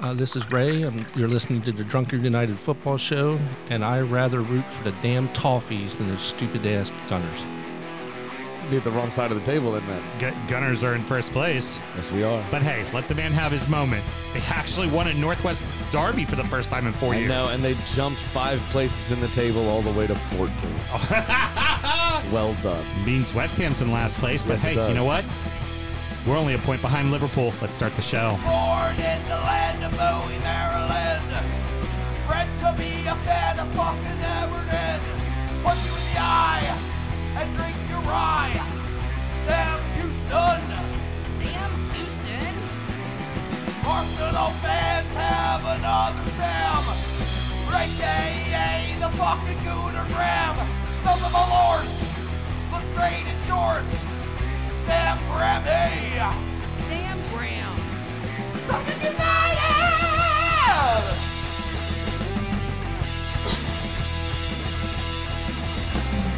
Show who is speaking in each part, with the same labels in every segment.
Speaker 1: Uh, this is Ray, and you're listening to the Drunkard United Football Show. And I rather root for the damn Toffees than those stupid ass Gunners.
Speaker 2: Be at the wrong side of the table, then, man.
Speaker 3: Gu- Gunners are in first place.
Speaker 2: Yes, we are.
Speaker 3: But hey, let the man have his moment. They actually won a Northwest Derby for the first time in four
Speaker 2: I
Speaker 3: years.
Speaker 2: know, and they jumped five places in the table all the way to 14. well done.
Speaker 3: means West Ham's in last place. But
Speaker 2: Yes, it
Speaker 3: hey,
Speaker 2: does.
Speaker 3: you know what? We're only a point behind Liverpool. Let's start the show.
Speaker 4: born in the land of Bowie, Maryland. Bred to be a fan of fucking Everton. Punch you in the eye and drink your rye. Sam Houston.
Speaker 5: Sam Houston.
Speaker 4: Arsenal fans have another Sam. Great day, yay, the fucking Gooner Graham. Son of a lord. Looks great in shorts. Sam Grammy.
Speaker 5: Sam Graham.
Speaker 4: Fucking United!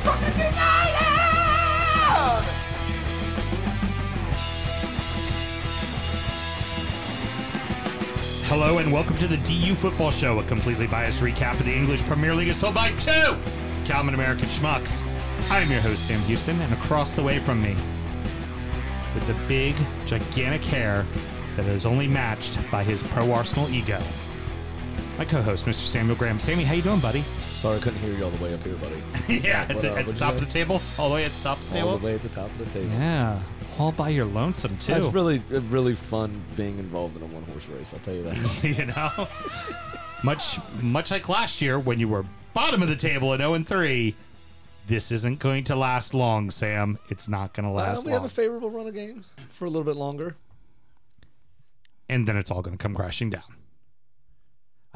Speaker 4: Fucking United!
Speaker 3: Hello and welcome to the DU Football Show, a completely biased recap of the English Premier League is told by two Calvin American schmucks. I'm your host, Sam Houston, and across the way from me, with the big, gigantic hair that is only matched by his pro-Arsenal ego, my co-host, Mr. Samuel Graham. Sammy, how you doing, buddy?
Speaker 2: Sorry, I couldn't hear you all the way up here, buddy.
Speaker 3: yeah, at
Speaker 2: What
Speaker 3: the,
Speaker 2: up?
Speaker 3: at the
Speaker 2: What'd you
Speaker 3: top of
Speaker 2: say?
Speaker 3: the table, all the way at the top of the
Speaker 2: All
Speaker 3: table.
Speaker 2: the way at the top of the table.
Speaker 3: Yeah, all by your lonesome too.
Speaker 2: It's really, uh, really fun being involved in a one-horse race. I'll tell you that.
Speaker 3: you know, much much like last year when you were bottom of the table at zero and three. This isn't going to last long, Sam. It's not going to
Speaker 2: Uh,
Speaker 3: last
Speaker 2: we
Speaker 3: long,
Speaker 2: have a favorable run of games for a little bit longer.
Speaker 3: and then it's all going to come crashing down.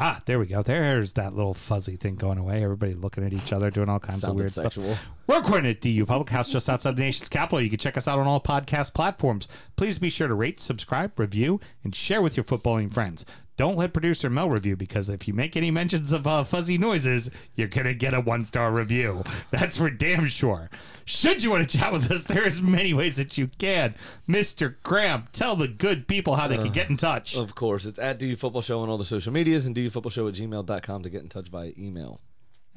Speaker 3: Ah, there we go. There's that little fuzzy thing going away. Everybody looking at each other, doing all kinds of
Speaker 2: Sounded
Speaker 3: weird stuff.
Speaker 2: sexual.
Speaker 3: We're recording at DU Public House just outside the nation's capital. You can check us out on all podcast platforms. Please be sure to rate, subscribe, review, and share with your footballing friends. Don't let producer Mel review because if you make any mentions of uh, fuzzy noises, you're going to get a one star review. That's for damn sure. Should you want to chat with us, there is many ways that you can. Mr. Graham, tell the good people how they can get in touch.
Speaker 2: Of course, it's at DU Football Show on all the social medias and DUFootballShow at gmail.com to get in touch via email.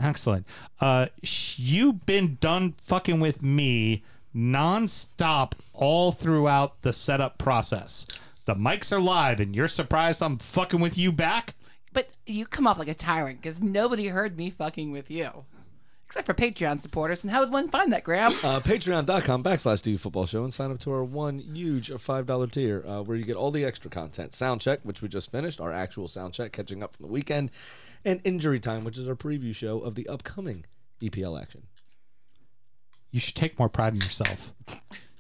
Speaker 3: Excellent. Uh, sh- you've been done fucking with me nonstop all throughout the setup process. The mics are live, and you're surprised I'm fucking with you back.
Speaker 6: But you come off like a tyrant because nobody heard me fucking with you. Except for Patreon supporters. And how would one find that, Graham?
Speaker 3: Mm-hmm.
Speaker 2: Uh, Patreon.com backslash DU Football Show and sign up to our one huge $5 tier uh, where you get all the extra content. Sound check, which we just finished, our actual sound check, catching up from the weekend, and Injury Time, which is our preview show of the upcoming EPL action.
Speaker 3: You should take more pride in yourself.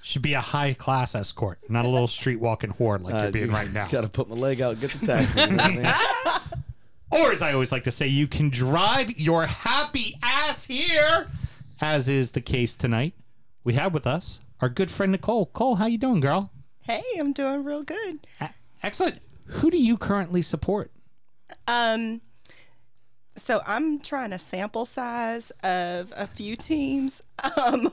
Speaker 3: Should be a high class escort, not a little street walking whore like
Speaker 2: Uh,
Speaker 3: you're being
Speaker 2: you
Speaker 3: right now.
Speaker 2: Gotta put my leg out, get the taxi. you know what I mean?
Speaker 3: Or, as I always like to say, you can drive your happy ass here, as is the case tonight. We have with us our good friend Nicole. Cole, how you doing, girl?
Speaker 7: Hey, I'm doing real good.
Speaker 3: Excellent. Who do you currently support?
Speaker 7: Um, so I'm trying a sample size of a few teams. Um,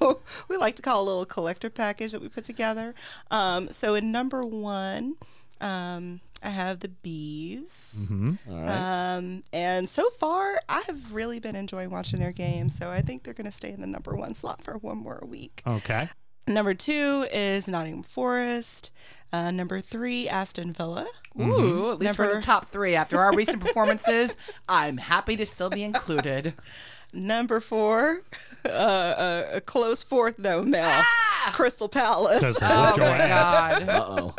Speaker 7: we like to call a little collector package that we put together. Um, so in number one, um, I have the bees.
Speaker 2: Mm-hmm. All right.
Speaker 7: Um, and so far, I have really been enjoying watching their games. So I think they're going to stay in the number one slot for one more week.
Speaker 2: Uh.
Speaker 3: Okay.
Speaker 7: Number two is Nottingham Forest. Uh, number three, Aston Villa.
Speaker 6: Ooh, at least we're in
Speaker 7: Never-
Speaker 6: the top three after our recent performances. I'm happy to still be included.
Speaker 7: Number four, uh, uh, a close fourth though, Mel. Crystal Palace.
Speaker 6: Oh my god.
Speaker 2: Uh-oh.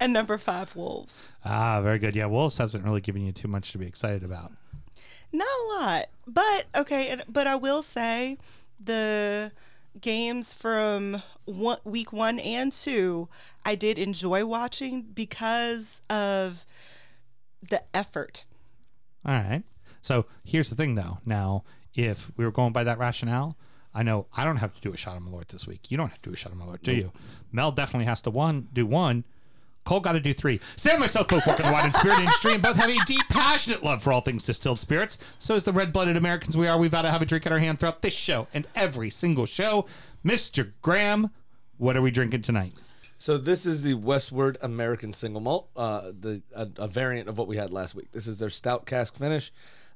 Speaker 7: and number five, Wolves.
Speaker 3: Ah, very good. Yeah, Wolves hasn't really given you too much to be excited about.
Speaker 7: Not a lot, but okay. And, but I will say, the games from one, week one and two, I did enjoy watching because of the effort.
Speaker 3: All right. So here's the thing, though. Now, if we were going by that rationale, I know I don't have to do a shot on Malort this week. You don't have to do a shot on Malort, do you? Mel definitely has to one do one. Cole got to do three. Sam and myself both work in the wine and spirit industry and both have a deep, passionate love for all things distilled spirits. So, as the red blooded Americans we are, we've got to have a drink in our hand throughout this show and every single show. Mr. Graham, what are we drinking tonight?
Speaker 2: So this is the Westward American Single Malt, uh, the a, a variant of what we had last week. This is their stout cask finish.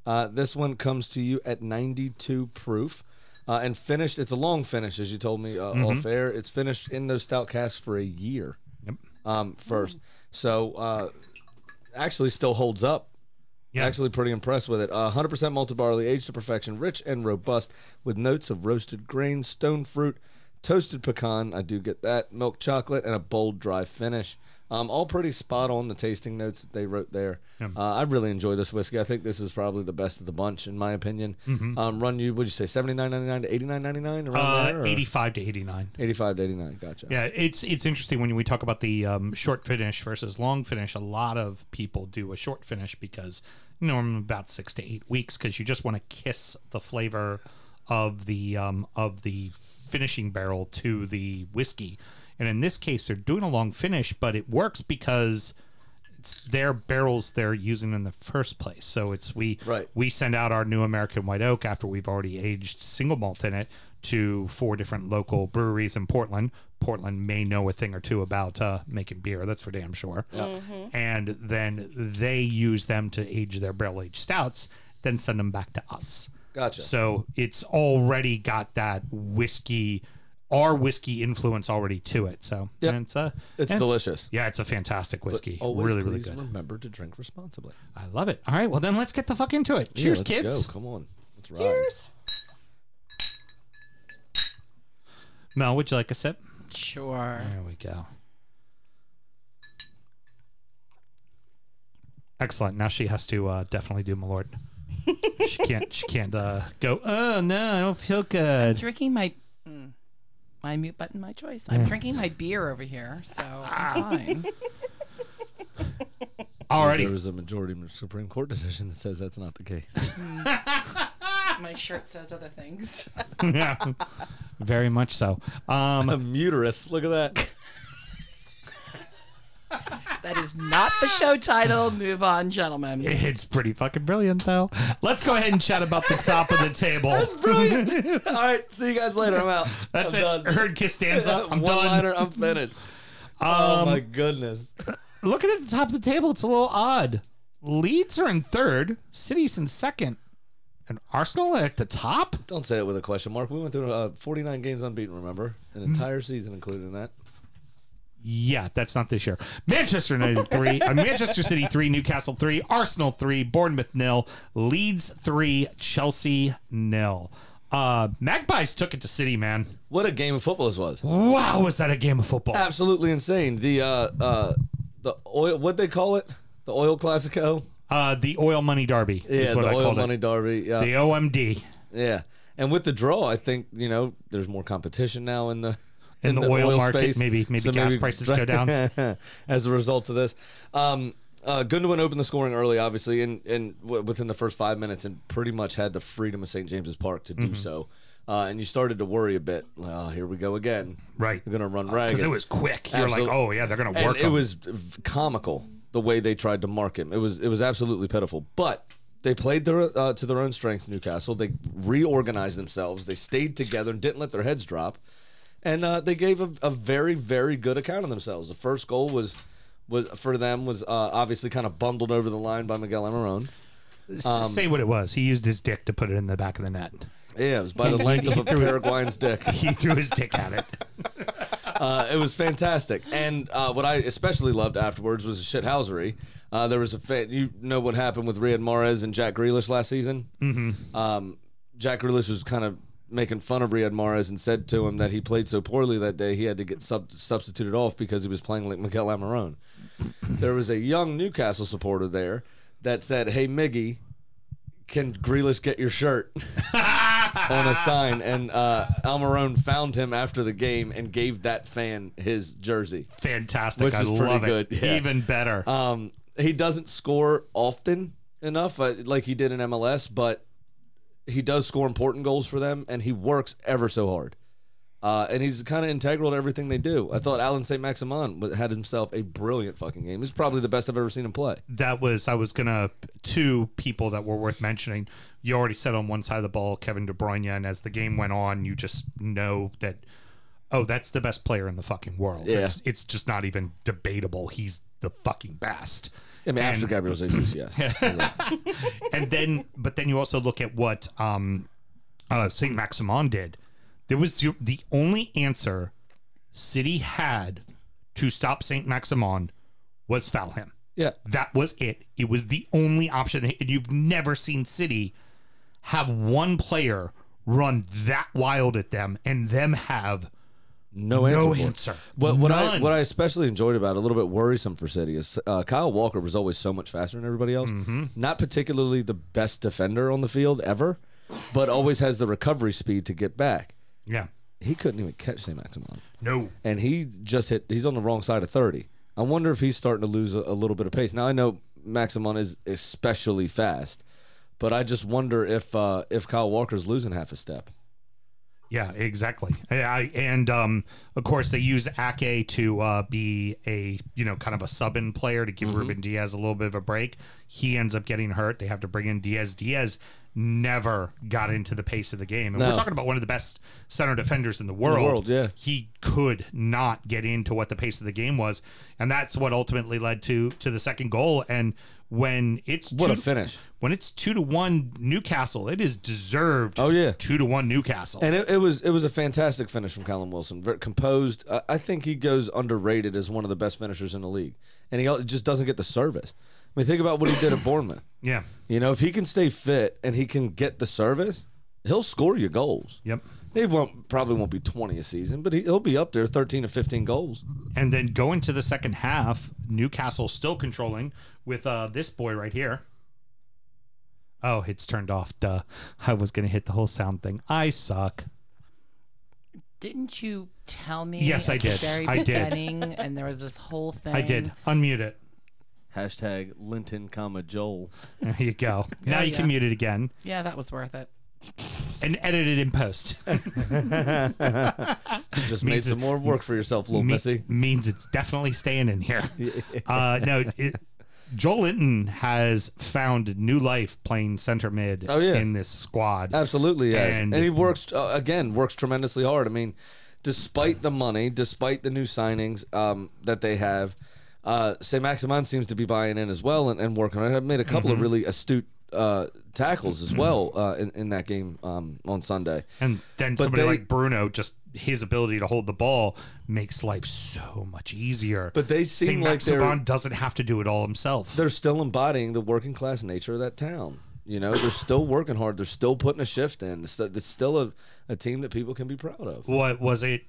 Speaker 2: Uh, this one comes to you at 92 proof. Uh, and finished, it's a long finish, as you told me uh, off air. It's finished in those stout casks for a year
Speaker 3: Yep.
Speaker 2: um, first. So uh, actually still holds up.
Speaker 3: Yeah.
Speaker 2: Actually, pretty impressed with it. Uh, 100% malted barley, aged to perfection, rich and robust, with notes of roasted grain, stone fruit, toasted pecan. I do get that. Milk chocolate and a bold dry finish. Um, all pretty spot on the tasting notes that they wrote there. Uh, I really enjoy this whiskey. I think this is probably the best of the bunch, in my opinion. Um, run you, would you say, 79.99 to 89.99 around there?
Speaker 3: Mm-hmm. Uh,
Speaker 2: or-
Speaker 3: 85 to 89.
Speaker 2: 85 to 89. Gotcha.
Speaker 3: Yeah, it's it's interesting when we talk about the um, short finish versus long finish. A lot of people do a short finish because normally about six to eight weeks because you just want to kiss the flavor of the um, of the finishing barrel to the whiskey. And in this case, they're doing a long finish, but it works because it's their barrels they're using in the first place. So it's we
Speaker 2: Right.
Speaker 3: we send out our new American white oak after we've already aged single malt in it to four different local breweries in Portland. Portland may know a thing or two about uh, making beer. That's for damn sure.
Speaker 2: Mm-hmm.
Speaker 3: And then they use them to age their barrel aged stouts, then send them back to us.
Speaker 2: Gotcha.
Speaker 3: So it's already got that whiskey, our whiskey influence already to it. So
Speaker 2: Yep.
Speaker 3: and it's, uh,
Speaker 2: It's
Speaker 3: and
Speaker 2: delicious.
Speaker 3: yeah, it's a fantastic whiskey.
Speaker 2: Always
Speaker 3: really, really
Speaker 2: please
Speaker 3: good.
Speaker 2: remember to drink responsibly.
Speaker 3: I love it. All right, well then let's get the fuck into it.
Speaker 2: Yeah,
Speaker 3: Cheers,
Speaker 2: let's
Speaker 3: kids.
Speaker 2: Go. Come on. Let's ride.
Speaker 7: Cheers.
Speaker 3: Mel, would you like a sip?
Speaker 6: Sure.
Speaker 3: There we go. Excellent. Now she has to uh, definitely do Malort. she can't. She can't uh, go. Oh no, I don't feel good.
Speaker 6: Drinking my. mm, My mute button, my choice. I'm drinking my beer over here, so
Speaker 3: Ah.
Speaker 6: I'm fine.
Speaker 2: There
Speaker 3: Alrighty.
Speaker 2: was a majority Supreme Court decision that says that's not the case.
Speaker 6: my shirt says other things.
Speaker 3: Yeah. Very much so. Um,
Speaker 2: a uterus. Look at that.
Speaker 6: That is not the show title. Move on, gentlemen.
Speaker 3: it's pretty fucking brilliant, though. Let's go ahead and chat about the top of the table. That's
Speaker 2: Brilliant. All right. See you guys later. I'm out.
Speaker 3: That's
Speaker 2: I'm
Speaker 3: it.
Speaker 2: Done.
Speaker 3: Herd Costanza. I'm
Speaker 2: One
Speaker 3: done. Um,
Speaker 2: liner. I'm finished. oh my goodness.
Speaker 3: looking at the top of the table, it's a little odd. Leeds are in third, City's in second, and Arsenal are at the top.
Speaker 2: Don't say it with a question mark. We went through uh, 49 games unbeaten. Remember, an
Speaker 3: Mm.
Speaker 2: entire season including that.
Speaker 3: Yeah, that's not this year. Manchester United three, uh, Manchester City three, Newcastle three, Arsenal three, Bournemouth nil, Leeds three, Chelsea nil. Uh, Magpies took it to City, man.
Speaker 2: What a game of football this was.
Speaker 3: Wow, was that a game of football?
Speaker 2: Absolutely insane. The uh, uh, the oil. What they call it? The oil classico.
Speaker 3: Uh, the oil money derby
Speaker 2: Yeah,
Speaker 3: is what
Speaker 2: the
Speaker 3: I
Speaker 2: oil
Speaker 3: called
Speaker 2: money
Speaker 3: it.
Speaker 2: derby. Yeah.
Speaker 3: The OMD.
Speaker 2: Yeah, and with the draw, I think you know there's more competition now in the
Speaker 3: In the oil market,
Speaker 2: space.
Speaker 3: maybe- maybe gas prices go down.
Speaker 2: as a result of this. Um, uh, Gundogan opened the scoring early, obviously, and and w- within the first five minutes, and pretty much had the freedom of St James's Park to do
Speaker 3: Mm-hmm.
Speaker 2: so. Uh, and you started to worry a bit. Well, here we go again.
Speaker 3: Right. Uh,
Speaker 2: we're gonna run ragged
Speaker 3: Because it was quick. You're like,
Speaker 2: Absolute-
Speaker 3: oh yeah, they're gonna work.
Speaker 2: and it
Speaker 3: 'em.
Speaker 2: was v- comical the way they tried to mark him. It was it was absolutely pitiful. But they played their, uh, to their own strengths. Newcastle they reorganized themselves. They stayed together and didn't let their heads drop. And uh, they gave a, a very very good account of themselves. The first goal was was for them was uh, obviously kind of bundled over the line by Miguel Amarone.
Speaker 3: S-
Speaker 2: Um,
Speaker 3: say what it was. He used his dick to put it in the back of the net.
Speaker 2: Yeah, it was by the length of a Paraguayan's dick.
Speaker 3: He threw his dick at it.
Speaker 2: Uh, it was fantastic. And uh, what I especially loved afterwards was the shithousery. Uh, there was a fan. You know what happened with Riyad Mahrez and Jack Grealish last season? Mm-hmm. Um, Jack Grealish was kind of making fun of Riyad Mahrez and said to him that he played so poorly that day he had to get sub- substituted off because he was playing like Mikel Amarone. there was a young Newcastle supporter there that said, "Hey, Miggy, can Grealish get your shirt?" on a sign, and uh, Almarone found him after the game and gave that fan his jersey.
Speaker 3: Fantastic.
Speaker 2: Which
Speaker 3: I
Speaker 2: is pretty
Speaker 3: love it.
Speaker 2: good, yeah.
Speaker 3: Even better.
Speaker 2: Um, he doesn't score often enough, uh, like he did in MLS, but he does score important goals for them, and he works ever so hard. Uh, and he's kind of integral to everything they do. I thought Alan St. Maximin had himself a brilliant fucking game. He's probably the best I've ever seen him play.
Speaker 3: that was I was gonna two people that were worth mentioning. You already said on one side of the ball, Kevin De Bruyne, and as the game went on, you just know that oh, that's the best player in the fucking world.
Speaker 2: Yeah.
Speaker 3: It's, it's just not even debatable. He's the fucking best.
Speaker 2: I mean, after
Speaker 3: And-
Speaker 2: Gabriel Jesus, yes.
Speaker 3: and then but then you also look at what um uh Saint Maximin did. There was the- the only answer City had to stop Saint Maximin was foul him.
Speaker 2: yeah.
Speaker 3: That was it. It was the only option. And you've never seen City have one player run that wild at them and them have
Speaker 2: No answer.
Speaker 3: No
Speaker 2: for it.
Speaker 3: answer.
Speaker 2: What, what I
Speaker 3: None.
Speaker 2: what I especially enjoyed about it, a little bit worrisome for City is uh, Kyle Walker was always so much faster than everybody else. Not particularly the best defender on the field ever, but always has the recovery speed to get back.
Speaker 3: yeah.
Speaker 2: He couldn't even catch St. Maximin,
Speaker 3: No.
Speaker 2: and he just hit. He's on the wrong side of thirty. I wonder if he's starting to lose a, a little bit of pace. Now I know Maximin is especially fast, but I just wonder if uh, if Kyle Walker's losing half a step.
Speaker 3: Yeah, exactly. I, I- and um, of course, they use Ake to uh, be a you know kind of a sub in player to give
Speaker 2: Mm-hmm.
Speaker 3: Ruben Diaz a little bit of a break. He ends up getting hurt. They have to bring in Diaz. Diaz never got into the pace of the game, and we're
Speaker 2: No.
Speaker 3: talking about one of the best center defenders in the world.
Speaker 2: world, yeah.
Speaker 3: he could not get into what the pace of the game was, and that's what ultimately led to to the second goal. And when it's
Speaker 2: What
Speaker 3: two
Speaker 2: a finish.
Speaker 3: When it's two to one Newcastle, it is deserved.
Speaker 2: Oh, yeah.
Speaker 3: two to one Newcastle.
Speaker 2: And it, it was it was a fantastic finish from Colin Wilson. Very composed. I, I think he goes underrated as one of the best finishers in the league, and he al- just doesn't get the service. I mean, think about what he did at Bournemouth.
Speaker 3: yeah.
Speaker 2: You know, if he can stay fit and he can get the service, he'll score you goals.
Speaker 3: Yep.
Speaker 2: He won't probably won't be twenty a season, but he, he'll be up there thirteen to fifteen goals.
Speaker 3: And then going to the second half, Newcastle still controlling with uh, this boy right here. Oh, it's turned off. Duh. I was going to hit the whole sound thing. I suck.
Speaker 6: Didn't you tell me?
Speaker 3: Yes, I
Speaker 6: at
Speaker 3: did.
Speaker 6: The very
Speaker 3: I did.
Speaker 6: beginning, and there was this whole thing.
Speaker 3: I did. Unmute it.
Speaker 8: Hashtag Linton, comma Joel.
Speaker 3: There you go. now you can
Speaker 6: yeah.
Speaker 3: mute it again
Speaker 6: Yeah, that was worth it.
Speaker 3: and edit it in post.
Speaker 2: Just made
Speaker 3: Means
Speaker 2: some
Speaker 3: it-
Speaker 2: more work for yourself, little
Speaker 3: Me-
Speaker 2: missy.
Speaker 3: means it's definitely staying in here. uh, no, it, Joel Linton has found new life playing center mid
Speaker 2: Oh, yeah.
Speaker 3: in this squad.
Speaker 2: Absolutely, yes.
Speaker 3: And-
Speaker 2: And, he works uh, again, works tremendously hard. I mean, despite the money, despite the new signings um, that they have, uh, St. Maximin seems to be buying in as well and, and working on it. I've made a couple of
Speaker 3: Mm-hmm.
Speaker 2: really astute uh, tackles as well uh, in, in that game um, on Sunday.
Speaker 3: And then
Speaker 2: But
Speaker 3: somebody
Speaker 2: they-
Speaker 3: like Bruno, just his ability to hold the ball makes life so much easier.
Speaker 2: But they seem
Speaker 3: Saint
Speaker 2: like they're-
Speaker 3: Maximin doesn't have to do it all himself.
Speaker 2: They're still embodying the working class nature of that town. You know, they're still working hard. They're still putting a shift in. It's, it's still a, a team that people can be proud of.
Speaker 3: What was it?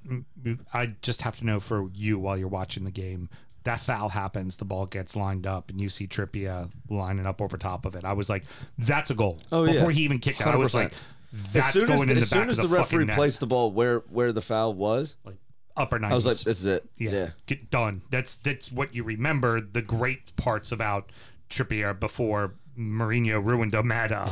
Speaker 3: I just have to know for you while you're watching the game. That foul happens, the ball gets lined up, and you see Trippier lining up over top of it. I was like, "That's a goal!"
Speaker 2: Oh, yeah.
Speaker 3: Before he even kicked it, I was like,
Speaker 2: 100%.
Speaker 3: "That's going in the
Speaker 2: as
Speaker 3: back
Speaker 2: soon as
Speaker 3: of the,
Speaker 2: the referee
Speaker 3: fucking net."
Speaker 2: placed the ball where where the foul was,
Speaker 3: like, upper 90s.
Speaker 2: I was like, "This is it."
Speaker 3: yeah,
Speaker 2: Yeah,
Speaker 3: get done. That's that's what you remember. The great parts about Trippier before Mourinho ruined him at uh,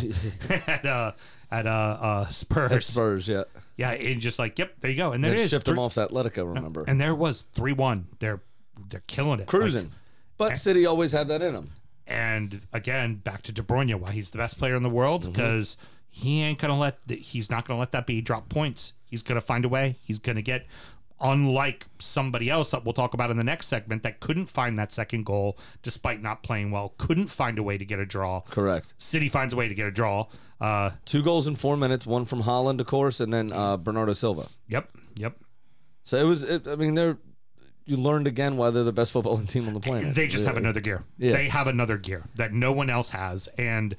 Speaker 3: at uh, at uh, uh, Spurs.
Speaker 2: At Spurs. Yeah,
Speaker 3: Yeah, and just like, yep, there you go, and there
Speaker 2: they
Speaker 3: it is.
Speaker 2: shipped
Speaker 3: Three-
Speaker 2: them off to Atletico. Remember,
Speaker 3: And there was three one. They're they're killing it,
Speaker 2: cruising.
Speaker 3: Like, eh.
Speaker 2: but City always had that in them.
Speaker 3: and again, back to De Bruyne, why he's the best player in the world because he ain't gonna let th- he's not gonna let that be drop points. He's gonna find a way. He's gonna get unlike somebody else that we'll talk about in the next segment that couldn't find that second goal despite not playing well, couldn't find a way to get a draw.
Speaker 2: Correct.
Speaker 3: City finds a way to get a draw. Uh,
Speaker 2: Two goals in four minutes. One from Holland, of course, and then uh, Bernardo Silva.
Speaker 3: yep, yep.
Speaker 2: So it was. It, I mean, they're you learned again why they're the best footballing team on the planet.
Speaker 3: They just have
Speaker 2: Yeah.
Speaker 3: another gear.
Speaker 2: Yeah.
Speaker 3: They have another gear that no one else has, and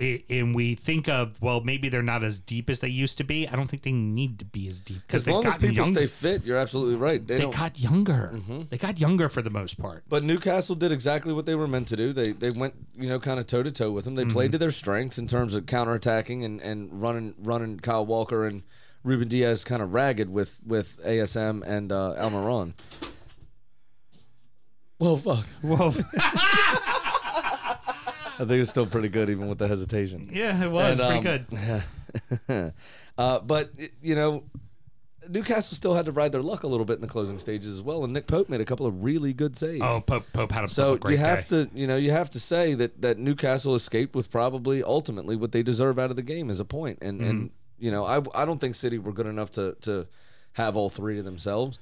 Speaker 3: i- and we think of well, maybe they're not as deep as they used to be. I don't think they need to be as deep because
Speaker 2: As
Speaker 3: they've
Speaker 2: long as
Speaker 3: gotten
Speaker 2: people
Speaker 3: younger.
Speaker 2: stay fit, you're absolutely right. They,
Speaker 3: they
Speaker 2: don't. Mm-hmm.
Speaker 3: got younger. They got younger for the most part.
Speaker 2: But Newcastle did exactly what they were meant to do. They they went, you know, kind of toe to toe with them. They played to their strengths in terms of counterattacking and and running running Kyle Walker and Ruben Diaz kind of ragged with with ASM and uh, Almiron. Well, fuck.
Speaker 3: Well,
Speaker 2: I think it's still pretty good, even with the hesitation.
Speaker 3: yeah, it was
Speaker 2: And,
Speaker 3: pretty
Speaker 2: um,
Speaker 3: good.
Speaker 2: uh, but y- you know, Newcastle still had to ride their luck a little bit in the closing stages as well. And Nick Pope made a couple of really good saves.
Speaker 3: Oh, Pope Pope had himself
Speaker 2: So
Speaker 3: a great
Speaker 2: you have
Speaker 3: day.
Speaker 2: to, you know, you have to say that that Newcastle escaped with probably ultimately
Speaker 3: Mm-hmm.
Speaker 2: what they deserve out of the game is a point, and and you know, I I don't think City were good enough to to have all three to themselves.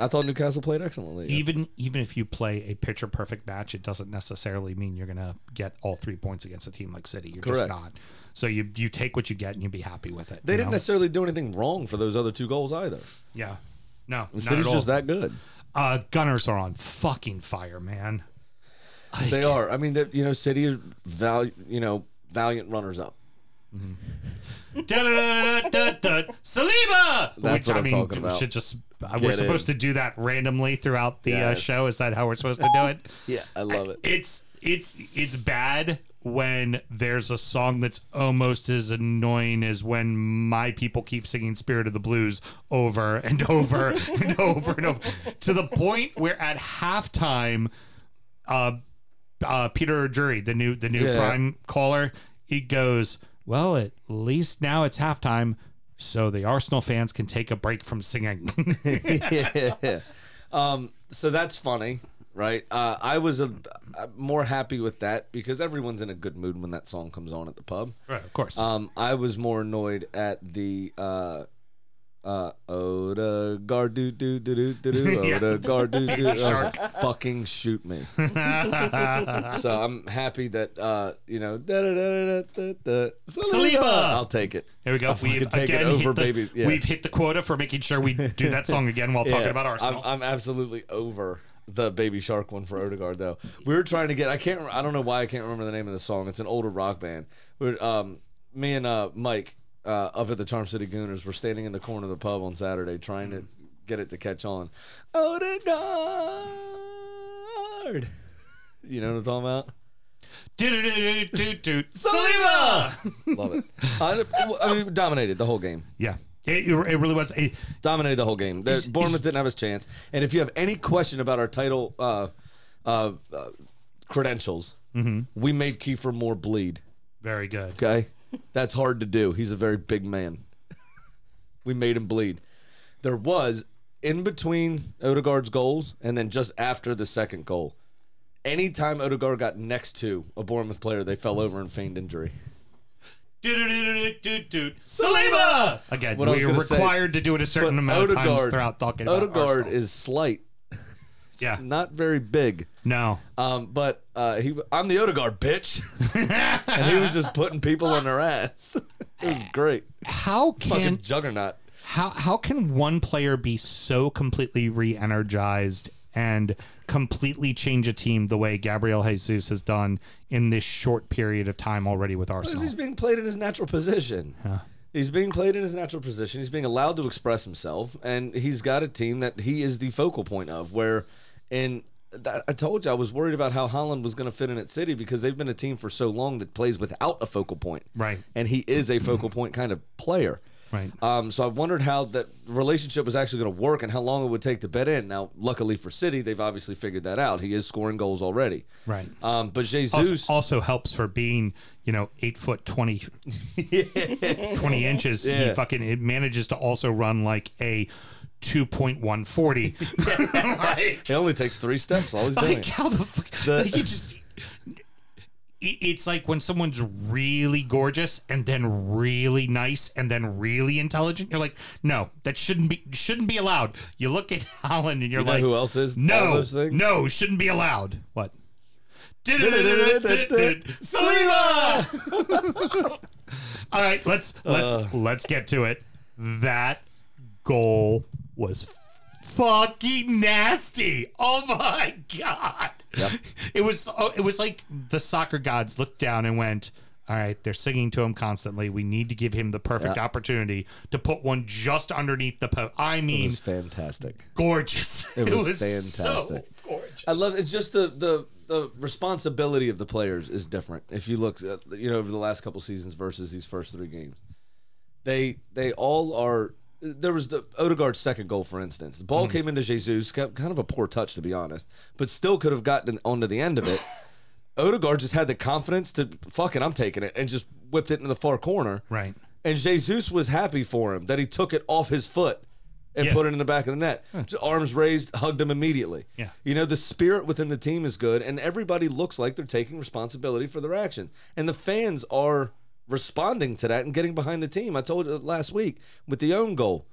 Speaker 2: I thought Newcastle played excellently.
Speaker 3: Even even if you play a picture perfect match, it doesn't necessarily mean you're gonna get all three points against a team like City. You're just
Speaker 2: Correct.
Speaker 3: not. So you you take what you get and you be happy with it.
Speaker 2: they
Speaker 3: you
Speaker 2: didn't
Speaker 3: know?
Speaker 2: necessarily do anything wrong for those other two goals either.
Speaker 3: Yeah. No. Not
Speaker 2: City's
Speaker 3: at all.
Speaker 2: just that good.
Speaker 3: Uh, Gunners are on fucking fire, man.
Speaker 2: They are. I mean, that you know, City is val, you know, valiant runners up.
Speaker 3: Da-da-da-da-da-da. Saliba.
Speaker 2: That's what
Speaker 3: I
Speaker 2: I'm
Speaker 3: mean,
Speaker 2: talking
Speaker 3: we
Speaker 2: about.
Speaker 3: Should just uh,
Speaker 2: Get
Speaker 3: we're
Speaker 2: in.
Speaker 3: supposed to do that randomly throughout the uh,
Speaker 2: Yes.
Speaker 3: show. Is that how we're supposed to do it?
Speaker 2: Yeah, I love it.
Speaker 3: It's it's it's bad when there's a song that's almost as annoying as when my people keep singing Spirit of the Blues over and over and over and over to the point where at halftime uh uh Peter Jury, the new the new
Speaker 2: Yeah.
Speaker 3: prime caller, he goes, "Well, at least now it's halftime." So the Arsenal fans can take a break from singing.
Speaker 2: yeah. Um, so that's funny, right? Uh, I was a, uh more happy with that because everyone's in a good mood when that song comes on at the pub.
Speaker 3: right, of course.
Speaker 2: Um, I was more annoyed at the uh, uh, Odegaard do do do do do do
Speaker 3: Yeah.
Speaker 2: Odegaard do do. I was like, Fucking shoot me. so I'm happy that uh, you know da da da da da da.
Speaker 3: Saliba!
Speaker 2: I'll take it.
Speaker 3: Here we go.
Speaker 2: I'll
Speaker 3: We've
Speaker 2: fucking take
Speaker 3: again
Speaker 2: it over,
Speaker 3: hit the,
Speaker 2: baby. Yeah.
Speaker 3: We've hit the quota for making sure we do that song again while
Speaker 2: Yeah,
Speaker 3: talking about Arsenal.
Speaker 2: I'm, I'm absolutely over the baby shark one for Odegaard though. We were trying to get I can't rem- I don't know why I can't remember the name of the song. It's an older rock band. We were, um, me and uh, Mike uh, up at the Charm City Gooners were standing in the corner of the pub on Saturday trying to get it to catch on. Odegaard. You know what I'm talking about?
Speaker 3: Do-do-do-do-do-do.
Speaker 2: Love it. I, I mean, dominated the whole game.
Speaker 3: Yeah, it, it it really was. a-
Speaker 2: dominated the whole game. The, Bournemouth didn't have his chance. And if you have any question about our title uh, uh, uh, credentials,
Speaker 3: Mm-hmm.
Speaker 2: we made Kiefer Moore bleed.
Speaker 3: very good.
Speaker 2: Okay, that's hard to do. He's a very big man. we made him bleed. There was in between Odegaard's goals and then just after the second goal. Anytime Odegaard got next to a Bournemouth player, they fell over and feigned injury.
Speaker 3: Do-do-do-do-do-do. Saliba again.
Speaker 2: What I was
Speaker 3: we're
Speaker 2: gonna say,
Speaker 3: required to do it a certain amount of times throughout talking about
Speaker 2: Odegaard
Speaker 3: Arsenal.
Speaker 2: is slight,
Speaker 3: yeah.
Speaker 2: not very big.
Speaker 3: No,
Speaker 2: Um, but uh, he, I'm the Odegaard bitch, and he was just putting people on their ass. It was great,
Speaker 3: how
Speaker 2: fucking
Speaker 3: can
Speaker 2: juggernaut.
Speaker 3: how how can one player be so completely re-energized and completely change a team the way Gabriel Jesus has done in this short period of time already with Arsenal?
Speaker 2: Because he's being played in his natural position. He's being played in his natural position. He's being allowed to express himself, and he's got a team that he is the focal point of. Where, and that, I told you I was worried about how Holland was going to fit in at City because they've been a team for so long that plays without a focal point.
Speaker 3: Right.
Speaker 2: and he is a focal point kind of player.
Speaker 3: Right.
Speaker 2: Um, so I wondered how that relationship was actually going to work and how long it would take to bet in. Now, luckily for City, they've obviously figured that out. He is scoring goals already.
Speaker 3: Right.
Speaker 2: Um, but Jesus,
Speaker 3: also, also helps for being you know eight foot 20, 20 inches he
Speaker 2: Yeah.
Speaker 3: fucking it manages to also run like a 2.140
Speaker 2: it only takes three steps. All he's doing.
Speaker 3: like how the fuck like you just it- it's like when someone's really gorgeous and then really nice and then really intelligent. You're like, no, that shouldn't be shouldn't be allowed. You look at Holland and you're
Speaker 2: You know
Speaker 3: like,
Speaker 2: who else is all
Speaker 3: No,
Speaker 2: those things?
Speaker 3: no, shouldn't be allowed. What? Saliba.
Speaker 2: Saliba!
Speaker 3: All right, let's let's let's get to it. That goal was fucking nasty. Oh my god! It was oh, it was like the soccer gods looked down and went. All right, they're singing to him constantly. We need to give him the perfect opportunity to put one just underneath the post. I mean,
Speaker 2: It's fantastic.
Speaker 3: gorgeous. It was,
Speaker 2: was
Speaker 3: fantastic.
Speaker 2: fantastic.
Speaker 3: So gorgeous.
Speaker 2: I love it's just the the the responsibility of the players is different. If you look, at, you know, over the last couple seasons versus these first three games, they they all are. There was the Odegaard's second goal, for instance. The
Speaker 3: Hmm.
Speaker 2: ball came into Jesus, got kind of a poor touch to be honest, but still could have gotten onto the end of it. Odegaard just had the confidence to fuck it, I'm taking it, and just whipped it into the far corner.
Speaker 3: Right.
Speaker 2: And Jesus was happy for him that he took it off his foot and
Speaker 3: Yeah.
Speaker 2: put it in the back of the net. Just arms raised, hugged him immediately.
Speaker 3: Yeah.
Speaker 2: You know, the spirit within the team is good, and everybody looks like they're taking responsibility for their action. And the fans are Mm-hmm. responding to that and getting behind the team. I told you last week with the own goal.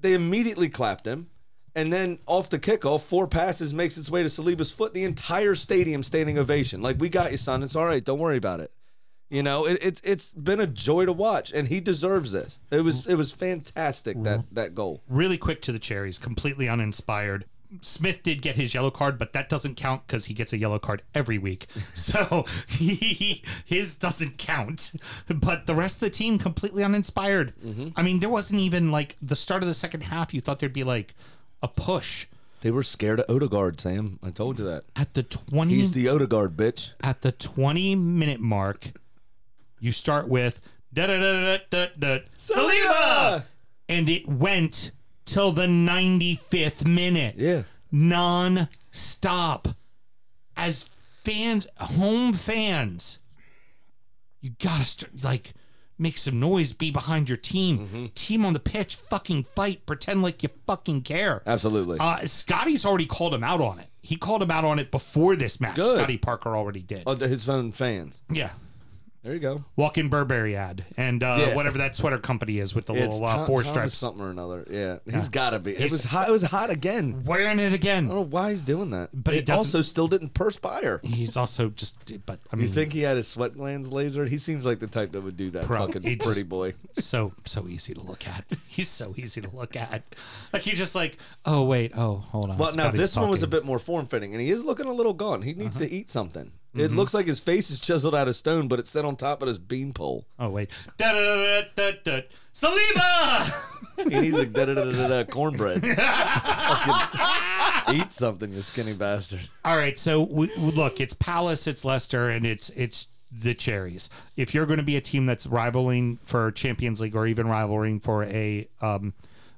Speaker 2: They immediately clapped him. And then off the kickoff, four passes makes its way to Saliba's foot. The entire stadium standing ovation. Like, we got you, son. It's all right. Don't worry about it. You know, it, it's it's been a joy to watch, and he deserves this. It was it was fantastic that that goal.
Speaker 3: really quick to the cherries, completely uninspired. Smith did get his yellow card, but that doesn't count because he gets a yellow card every week. So he, his doesn't count. But the rest of the team completely uninspired.
Speaker 2: Mm-hmm.
Speaker 3: I mean, there wasn't even like the start of the second half. You thought there'd be like a push
Speaker 2: They were scared of Odegaard, Sam. I told you that.
Speaker 3: at the twenty.
Speaker 2: He's the Odegaard bitch.
Speaker 3: at the 20 minute mark, you start with da da da da da Saliba, and it went till the 95th minute.
Speaker 2: Yeah.
Speaker 3: non stop. As fans, home fans, you gotta start like make some noise, be behind your team,
Speaker 2: Mm-hmm.
Speaker 3: team on the pitch, fucking fight, pretend like you fucking care.
Speaker 2: Absolutely.
Speaker 3: Uh, Scotty's already called him out on it. He called him out on it before this match.
Speaker 2: Good.
Speaker 3: Scotty Parker already did.
Speaker 2: oh, the- his own fans.
Speaker 3: yeah.
Speaker 2: There you go.
Speaker 3: Walk in Burberry ad and uh,
Speaker 2: Yeah.
Speaker 3: whatever that sweater company is with the little uh,
Speaker 2: Tom-
Speaker 3: four
Speaker 2: Thomas
Speaker 3: stripes.
Speaker 2: something or another. Yeah, he's got to be. It
Speaker 3: He's-
Speaker 2: was hot. It was hot again.
Speaker 3: Wearing it
Speaker 2: I
Speaker 3: again.
Speaker 2: don't know why he's doing that.
Speaker 3: But he
Speaker 2: it
Speaker 3: doesn't- Mm-hmm.
Speaker 2: also still didn't perspire.
Speaker 3: He's also just, but I mean,
Speaker 2: You think he had his sweat glands lasered? He seems like the type that would do that.
Speaker 3: Bro,
Speaker 2: fucking
Speaker 3: he just-
Speaker 2: pretty boy.
Speaker 3: so so easy to look at. He's so easy to look at. Like he's just like, oh wait, oh hold on.
Speaker 2: Well, now
Speaker 3: Scotty's
Speaker 2: this one was a
Speaker 3: talking." Uh-huh.
Speaker 2: bit more form fitting, and he is looking a little gone. He needs to eat something.
Speaker 3: Mm-hmm.
Speaker 2: It looks like his face is chiseled out of stone, but it's set on top of his beanpole.
Speaker 3: Oh wait, da da da da da. Saliba.
Speaker 2: He needs like da da da da cornbread. Fucking eat something, you skinny bastard.
Speaker 3: All right, so we, we- look, it's Palace, it's Leicester, and it's it's the Cherries. If you're going to be a team that's rivaling for Champions League or even rivaling for a um,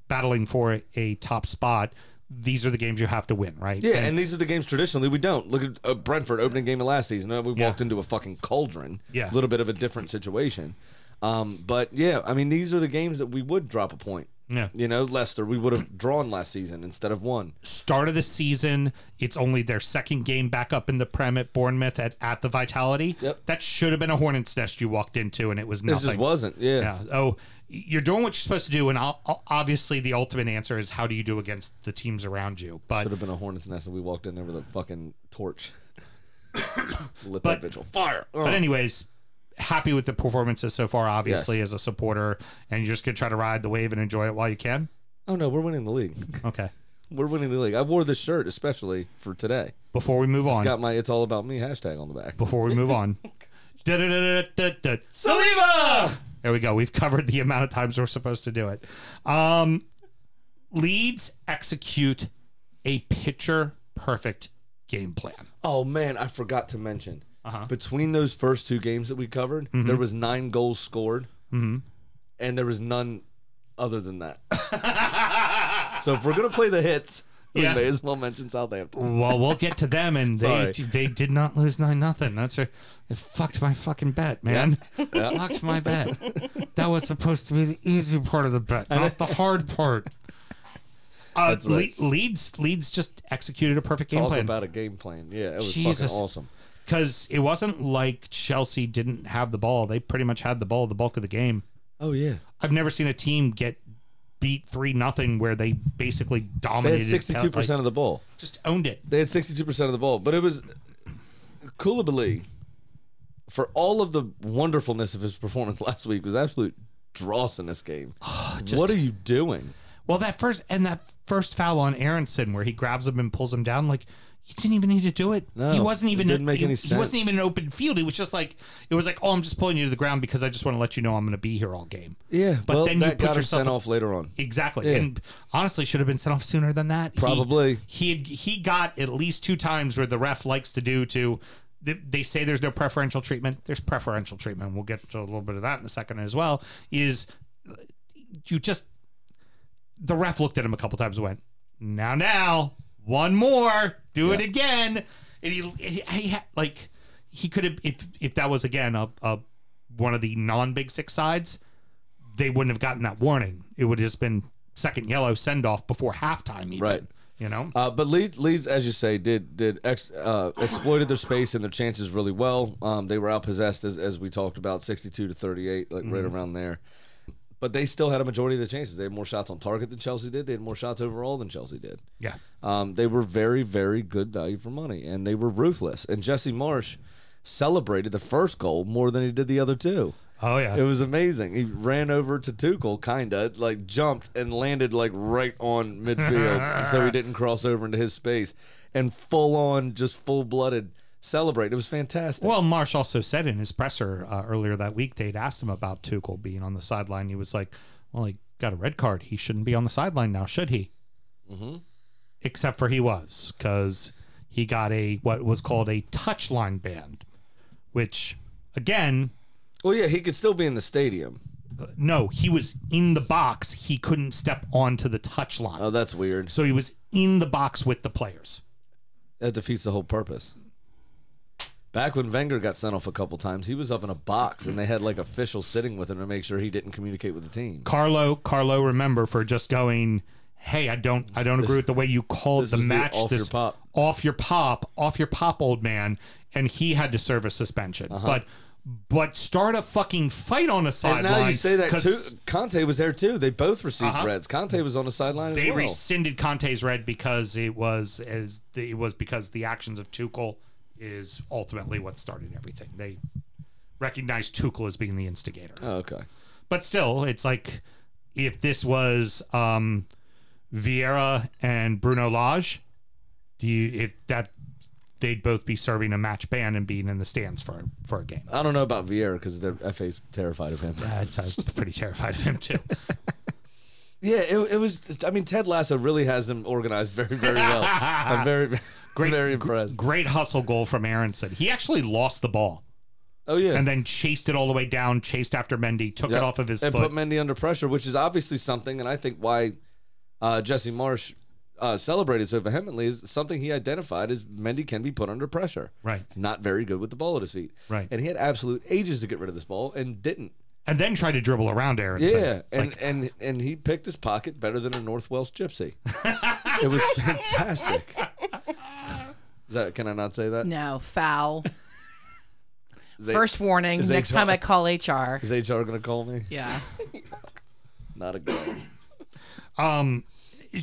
Speaker 3: battling for a top spot, these are the games you have to win, right?
Speaker 2: Yeah, and these are the games traditionally we don't. Look at uh, Brentford opening game of last season. Uh, We
Speaker 3: Yeah.
Speaker 2: walked into a fucking cauldron.
Speaker 3: Yeah.
Speaker 2: a little bit of a different situation. Um, but yeah, I mean these are the games that we would drop a point.
Speaker 3: Yeah.
Speaker 2: you know Leicester, we would have drawn last season instead of won.
Speaker 3: start of the season. It's only their second game back up in the Prem at Bournemouth at, at the Vitality.
Speaker 2: Yep.
Speaker 3: That should have been a hornet's nest you walked into, and it was
Speaker 2: It
Speaker 3: nothing.
Speaker 2: just wasn't. Yeah.
Speaker 3: Yeah. Oh, you're doing what you're supposed to do, and o- o- obviously the ultimate answer is how do you do against the teams around you? But
Speaker 2: should have been a hornet's nest, and we walked in there with a fucking torch. Lit
Speaker 3: But-
Speaker 2: that vigil fire. Oh.
Speaker 3: But anyways, happy with the performances so far, obviously, as a supporter, and you're just gonna try to ride the wave and enjoy it while you can.
Speaker 2: oh no, we're winning the league.
Speaker 3: Okay.
Speaker 2: We're winning the league. I wore this shirt especially for today.
Speaker 3: Before we move on,
Speaker 2: It's got my "It's all about me" hashtag on the back.
Speaker 3: before we move on. Da-da-da-da-da-da. Saliba! There we go. We've covered the amount of times we're supposed to do it. Um, Leeds execute a picture perfect game plan.
Speaker 2: Oh man, I forgot to mention. Between those first two games that we covered, there was nine goals scored, and there was none other than that. so if we're gonna play the hits,
Speaker 3: Yeah.
Speaker 2: we may as well mention Southampton.
Speaker 3: Well, we'll get to them, and they
Speaker 2: Sorry.
Speaker 3: they did not lose nine nothing. That's right. It fucked my fucking bet, man. Fucked my bet. That was supposed to be the easy part of the bet, not the hard part. Uh,
Speaker 2: That's right.
Speaker 3: Le- Leeds Leeds just executed a perfect game
Speaker 2: Talk
Speaker 3: plan.
Speaker 2: about a game plan. Yeah, it was
Speaker 3: Jesus.
Speaker 2: fucking awesome.
Speaker 3: because it wasn't like Chelsea didn't have the ball. They pretty much had the ball the bulk of the game.
Speaker 2: Oh yeah,
Speaker 3: I've never seen a team get beat three nothing where they basically
Speaker 2: they had
Speaker 3: dominated.
Speaker 2: sixty-two percent
Speaker 3: like,
Speaker 2: of the ball.
Speaker 3: just owned it.
Speaker 2: They had sixty-two percent of the ball, but it was Koulibaly. For all of the wonderfulness of his performance last week, was absolute dross in this game. what are you doing?
Speaker 3: Well, that first and that first foul on Aronson where he grabs him and pulls him down like. You didn't even need to do it.
Speaker 2: No,
Speaker 3: he wasn't
Speaker 2: it
Speaker 3: even
Speaker 2: didn't make
Speaker 3: he-
Speaker 2: any
Speaker 3: He
Speaker 2: sense.
Speaker 3: wasn't even in open field. He was just like it was like, oh, I'm just pulling you to the ground because I just want to let you know I'm going to be here all game.
Speaker 2: Yeah,
Speaker 3: but
Speaker 2: well,
Speaker 3: then you
Speaker 2: that
Speaker 3: put
Speaker 2: got him
Speaker 3: yourself
Speaker 2: sent off later on.
Speaker 3: Exactly.
Speaker 2: Yeah.
Speaker 3: And honestly, should have been sent off sooner than that. He-
Speaker 2: Probably.
Speaker 3: He had, he got at least two times where the ref likes to do to. They they say there's no preferential treatment. There's preferential treatment. We'll get to a little bit of that in a second as well. Is you just the ref looked at him a couple times and went, "Now, now, one more, do it again." And he, he, he had, like he could have if if that was again a, a one of the non Big Six sides, they wouldn't have gotten that warning. It would have just been second yellow send off before halftime, even.
Speaker 2: Right.
Speaker 3: You know,
Speaker 2: Uh, but Leeds, Leeds, as you say, did did ex, uh, exploited their space and their chances really Mm-hmm. well. Um, they were outpossessed as, as we talked about, sixty-two to thirty-eight, like right around there. But they still had a majority of the chances. They had more shots on target than Chelsea did. They had more shots overall than Chelsea did.
Speaker 3: Yeah.
Speaker 2: Um, they were very, very good value for money, and they were ruthless. And Jesse Marsh celebrated the first goal more than he did the other two.
Speaker 3: Oh yeah.
Speaker 2: It was amazing. He ran over to Tuchel, kinda like jumped and landed like right on midfield, so he didn't cross over into his space, and full on, just full blooded celebrate. It was fantastic.
Speaker 3: Well, Marsh also said in his presser uh, earlier that week they'd asked him about Tuchel being on the sideline. He was like, "Well, he got a red card. He shouldn't be on the sideline now, should he?" Mm-hmm. Except for he was because he got a what was called a touchline ban, which again,
Speaker 2: well, yeah, he could still be in the stadium.
Speaker 3: no, he was in the box. He couldn't step onto the touchline,
Speaker 2: Oh, that's weird.
Speaker 3: so he was in the box with the players.
Speaker 2: That defeats the whole purpose. Back when Wenger got sent off a couple times, he was up in a box, and they had like officials sitting with him to make sure he didn't communicate with the team.
Speaker 3: Carlo, Carlo, remember for just going, hey, I don't, I don't agree with the way you called
Speaker 2: this
Speaker 3: the
Speaker 2: is the
Speaker 3: match.
Speaker 2: off your pop."
Speaker 3: off your pop, off your pop, old man, and he had to serve a suspension. But, but start a fucking fight on
Speaker 2: Uh-huh.
Speaker 3: a
Speaker 2: And
Speaker 3: sideline.
Speaker 2: now you say that
Speaker 3: 'cause
Speaker 2: too. Conte was there too. They both received
Speaker 3: Uh-huh.
Speaker 2: reds. Conte was on the sideline as
Speaker 3: They
Speaker 2: well.
Speaker 3: rescinded Conte's red because it was as it was because the actions of Tuchel is ultimately what started everything. They recognized Tuchel as being the instigator.
Speaker 2: oh, okay.
Speaker 3: but still, it's like if this was um, Vieira and Bruno Lage, do you if that they'd both be serving a match ban and being in the stands for for a game?
Speaker 2: I don't know about Vieira because their FA's terrified of him.
Speaker 3: That's, I was pretty terrified of him too.
Speaker 2: Yeah, it, it was. I mean, Ted Lasso really has them organized very, very well. I'm very,
Speaker 3: Great-
Speaker 2: very impressed.
Speaker 3: Great hustle goal from Aronson. He actually lost the ball
Speaker 2: Oh yeah,
Speaker 3: and then chased it all the way down, chased after Mendy, took
Speaker 2: Yep.
Speaker 3: it off of his
Speaker 2: and
Speaker 3: foot.
Speaker 2: put Mendy under pressure, which is obviously something, and I think why uh, Jesse Marsh uh, celebrated so vehemently is something he identified as Mendy can be put under pressure.
Speaker 3: Right.
Speaker 2: Not very good with the ball at his feet.
Speaker 3: Right.
Speaker 2: And he had absolute ages to get rid of this ball and didn't.
Speaker 3: and then tried to dribble around Aronson.
Speaker 2: Yeah,
Speaker 3: It's
Speaker 2: and
Speaker 3: like,
Speaker 2: and and he picked his pocket better than a North Welsh gypsy. it was fantastic. Is that, can I not say that?
Speaker 6: No, foul.
Speaker 2: Is they-
Speaker 6: First warning.
Speaker 2: is they
Speaker 6: Next
Speaker 2: try-
Speaker 6: time I call HR.
Speaker 2: is HR going to call me?
Speaker 6: Yeah.
Speaker 2: Not a good.
Speaker 3: um,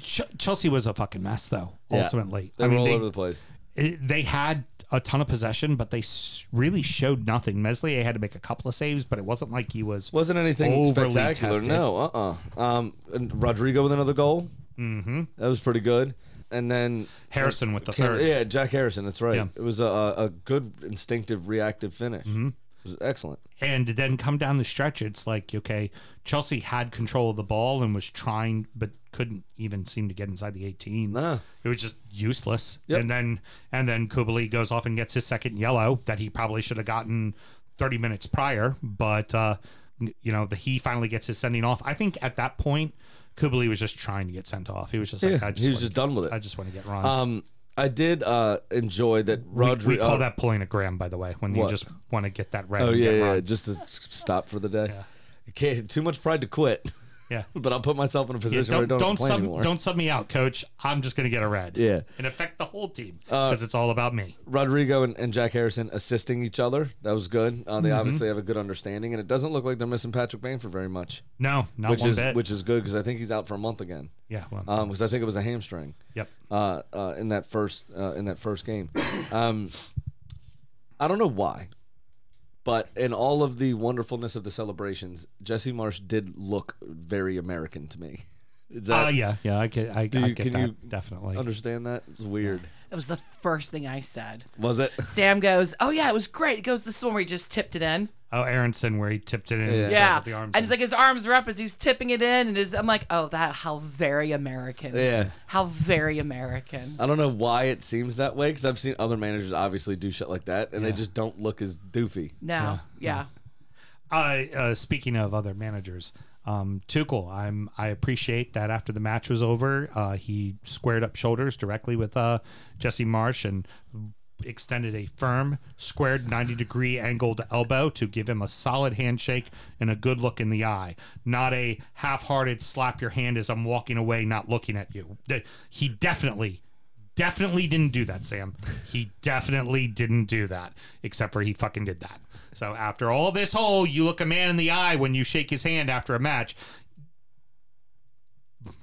Speaker 3: Ch- Chelsea was a fucking mess though.
Speaker 2: Yeah.
Speaker 3: Ultimately,
Speaker 2: they
Speaker 3: I
Speaker 2: were
Speaker 3: mean,
Speaker 2: all
Speaker 3: they-
Speaker 2: over the place.
Speaker 3: it- they had a ton of possession, but they s- really showed nothing. Meslier had to make a couple of saves, but it wasn't like he was.
Speaker 2: Wasn't anything
Speaker 3: overly
Speaker 2: spectacular.
Speaker 3: tested.
Speaker 2: No, uh uh Um, and Rodrigo with another goal. Mm-hmm. That was pretty good. And then
Speaker 3: Harrison with the
Speaker 2: Cam-
Speaker 3: third.
Speaker 2: yeah, Jack Harrison. That's right.
Speaker 3: Yeah.
Speaker 2: It was a, a good instinctive reactive finish. It was excellent.
Speaker 3: And then come down the stretch, it's like, okay, Chelsea had control of the ball and was trying, but couldn't even seem to get inside the 18.
Speaker 2: No.
Speaker 3: It was just useless.
Speaker 2: Yep.
Speaker 3: And then and then Kubali goes off and gets his second yellow that he probably should have gotten 30 minutes prior, but uh, you know, the he finally gets his sending off. I think at that point Kubali was just trying to get sent off. He was just like,
Speaker 2: Yeah,
Speaker 3: I just
Speaker 2: he was
Speaker 3: wanna
Speaker 2: just
Speaker 3: get-
Speaker 2: done with it.
Speaker 3: I just want to get run.
Speaker 2: Um, I did uh enjoy that. uh, Rodrigo.
Speaker 3: we, we call that pulling a gram, by the way, when
Speaker 2: What?
Speaker 3: you just want to get that red.
Speaker 2: Oh
Speaker 3: and
Speaker 2: yeah,
Speaker 3: get
Speaker 2: yeah,
Speaker 3: run.
Speaker 2: just to s- stop for the day. You can't too much pride to quit,
Speaker 3: yeah.
Speaker 2: but I'll put myself in a
Speaker 3: Yeah,
Speaker 2: position
Speaker 3: don't
Speaker 2: where I don't,
Speaker 3: don't
Speaker 2: complain
Speaker 3: sub
Speaker 2: anymore.
Speaker 3: don't sub me out, coach. I'm just gonna get a red.
Speaker 2: Yeah. Uh,
Speaker 3: and affect the whole team because it's all about me.
Speaker 2: Rodrigo and, and Jack Harrison assisting each other. That was good. Uh,
Speaker 3: Mm-hmm.
Speaker 2: they obviously have a good understanding, and it doesn't look like they're missing Patrick Bainford very much,
Speaker 3: No, not
Speaker 2: which
Speaker 3: one
Speaker 2: is
Speaker 3: bit.
Speaker 2: which um, is good because I think he's out for a month again.
Speaker 3: yeah, well,
Speaker 2: because I think it was a hamstring.
Speaker 3: yep.
Speaker 2: Uh, uh, in that first uh, in that first game, um, I don't know why, but in all of the wonderfulness of the celebrations, Jesse Marsh did look very American to me. Is
Speaker 3: Oh
Speaker 2: that,
Speaker 3: yeah, yeah. I get, I,
Speaker 2: Do
Speaker 3: I
Speaker 2: you-
Speaker 3: get
Speaker 2: can
Speaker 3: that
Speaker 2: you
Speaker 3: definitely.
Speaker 2: Understand that? It's weird.
Speaker 6: It was the first thing I said.
Speaker 2: Was it?
Speaker 6: Sam goes, "Oh yeah, it was great." It goes this is the one where he just tipped it in.
Speaker 3: oh, Aronson, where he tipped it in. and
Speaker 2: Yeah.
Speaker 3: does
Speaker 6: Yeah,
Speaker 3: with the arms
Speaker 6: and it's
Speaker 3: in.
Speaker 6: like his arms are up as he's tipping it in, and his, I'm like, "Oh, that how very American."
Speaker 2: Yeah.
Speaker 6: how very American.
Speaker 2: I don't know why it seems that way because I've seen other managers obviously do shit like that, and they just don't look as doofy.
Speaker 6: No, yeah,
Speaker 3: uh, uh, speaking of other managers, um, Tuchel, I'm I appreciate that after the match was over, uh, he squared up shoulders directly with uh, Jesse Marsh and extended a firm, squared 90 degree angled elbow to give him a solid handshake and a good look in the eye, not a half hearted slap your hand as I'm walking away, not looking at you. Th- He definitely definitely didn't do that, Sam. He definitely didn't do that, except for he fucking did that. So after all this whole, you look a man in the eye when you shake his hand after a match.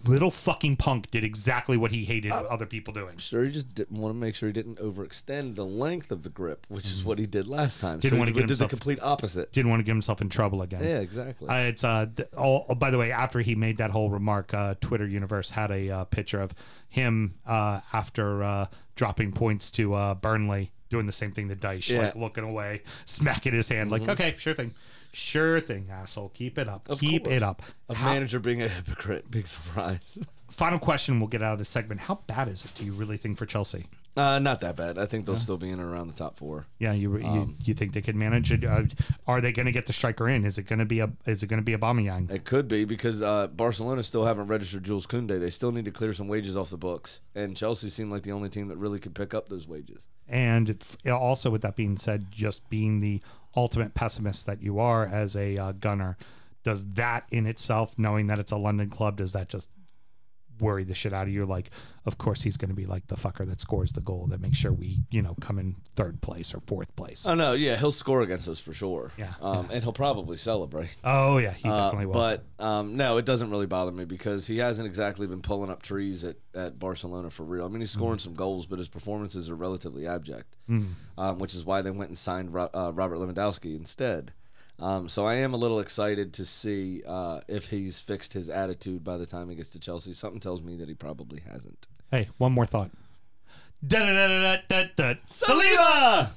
Speaker 3: Little fucking punk did exactly what he hated other people doing.
Speaker 2: Sure, he just didn't want to make sure he didn't overextend the length of the grip, which is what he did last time.
Speaker 3: Mm-hmm. Didn't
Speaker 2: so
Speaker 3: wanna
Speaker 2: he
Speaker 3: get
Speaker 2: did the
Speaker 3: himself-
Speaker 2: complete opposite.
Speaker 3: Didn't want to get himself in trouble again.
Speaker 2: Yeah, exactly.
Speaker 3: Uh, it's uh, th- all, oh, by the way, after he made that whole remark, uh, Twitter universe had a uh, picture of him uh, after uh, dropping points to uh, Burnley, doing the same thing to Dice, like
Speaker 2: Yeah. Mm-hmm.
Speaker 3: looking away, smacking his hand, like, okay, sure thing, sure thing, asshole, keep it up, keep
Speaker 2: course.
Speaker 3: it up.
Speaker 2: a
Speaker 3: How-
Speaker 2: manager being a hypocrite, big surprise.
Speaker 3: final question, we'll get out of this segment. How bad is it? Do you really think for Chelsea?
Speaker 2: Uh, not that bad. I think they'll still be in and around the top four.
Speaker 3: Yeah, you you,
Speaker 2: Um.
Speaker 3: you think they could manage it? Uh, are they going to get the striker in? Is it going to be a is it going to be a Aubameyang?
Speaker 2: It could be because uh, Barcelona still haven't registered Jules Kounde. They still need to clear some wages off the books, and Chelsea seemed like the only team that really could pick up those wages.
Speaker 3: And f- also, with that being said, just being the ultimate pessimist that you are as a uh, gunner, does that in itself, knowing that it's a London club, does that just worry the shit out of you? Like, of course, he's going to be like the fucker that scores the goal that makes sure we, you know, come in third place or fourth place.
Speaker 2: Oh no, yeah, he'll score against us for sure.
Speaker 3: Yeah.
Speaker 2: um, and he'll probably celebrate.
Speaker 3: oh, yeah, he
Speaker 2: Uh,
Speaker 3: definitely will.
Speaker 2: But um, no, it doesn't really bother me because he hasn't exactly been pulling up trees at, at Barcelona for real. I mean, he's scoring some goals, but his performances are relatively abject, um, which is why they went and signed Ro- uh, Robert Lewandowski instead. Um, so I am a little excited to see uh, if he's fixed his attitude by the time he gets to Chelsea. Something tells me that he probably hasn't.
Speaker 3: hey, one more thought. Da-da-da-da-da-da-da. Saliba!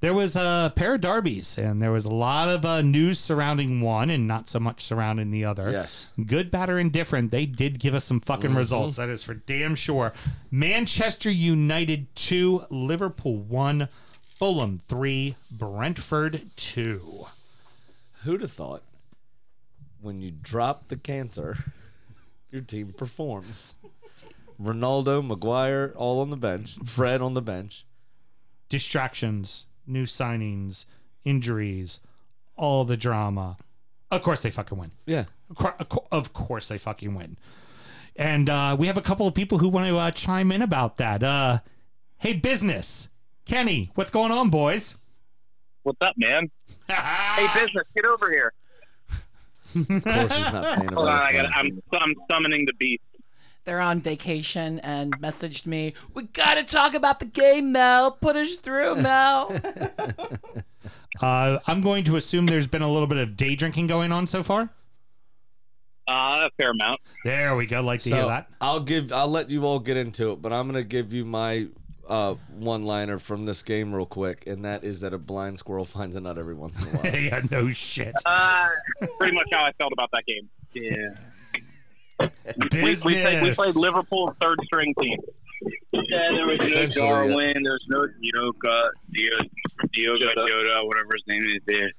Speaker 3: There was a pair of derbies, and there was a lot of uh, news surrounding one and not so much surrounding the other.
Speaker 2: Yes.
Speaker 3: Good, bad, or indifferent, they did give us some fucking results. That is for damn sure. Manchester United 2, Liverpool 1, Fulham 3, Brentford 2.
Speaker 2: Who'd have thought when you drop the cancer, your team performs? Ronaldo, Maguire, all on the bench. Fred on the bench.
Speaker 3: distractions, new signings, injuries, all the drama. Of course they fucking win.
Speaker 2: Yeah.
Speaker 3: Of cour- of cour- Of course they fucking win. And uh, we have a couple of people who want to uh, chime in about that. Uh, hey, business. Kenny, what's going on, boys?
Speaker 9: What's up, man? Hey, business, get over here.
Speaker 2: Of course, he's not saying
Speaker 9: Hold on,
Speaker 2: about
Speaker 9: I got.
Speaker 2: it.
Speaker 9: I'm I'm summoning the beast.
Speaker 6: They're on vacation and messaged me, We gotta talk about the game, Mel. Put us through, Mel.
Speaker 3: Uh, I'm going to assume there's been a little bit of day drinking going on so far.
Speaker 9: Uh, a fair amount.
Speaker 3: There we go. Like to hear
Speaker 2: So
Speaker 3: that.
Speaker 2: I'll give. I'll let you all get into it, but I'm gonna give you my uh, one-liner from this game real quick, and that is that a blind squirrel finds a nut every once in a while.
Speaker 3: yeah, no shit.
Speaker 9: Uh, pretty much how I felt about that game. Yeah. We,
Speaker 3: business.
Speaker 9: we, played, we played Liverpool's third string team.
Speaker 10: Yeah, there was no
Speaker 2: Essentially,
Speaker 10: Darwin. There was no Dioga, Diogo, Diogo, Jota, whatever his name is. There.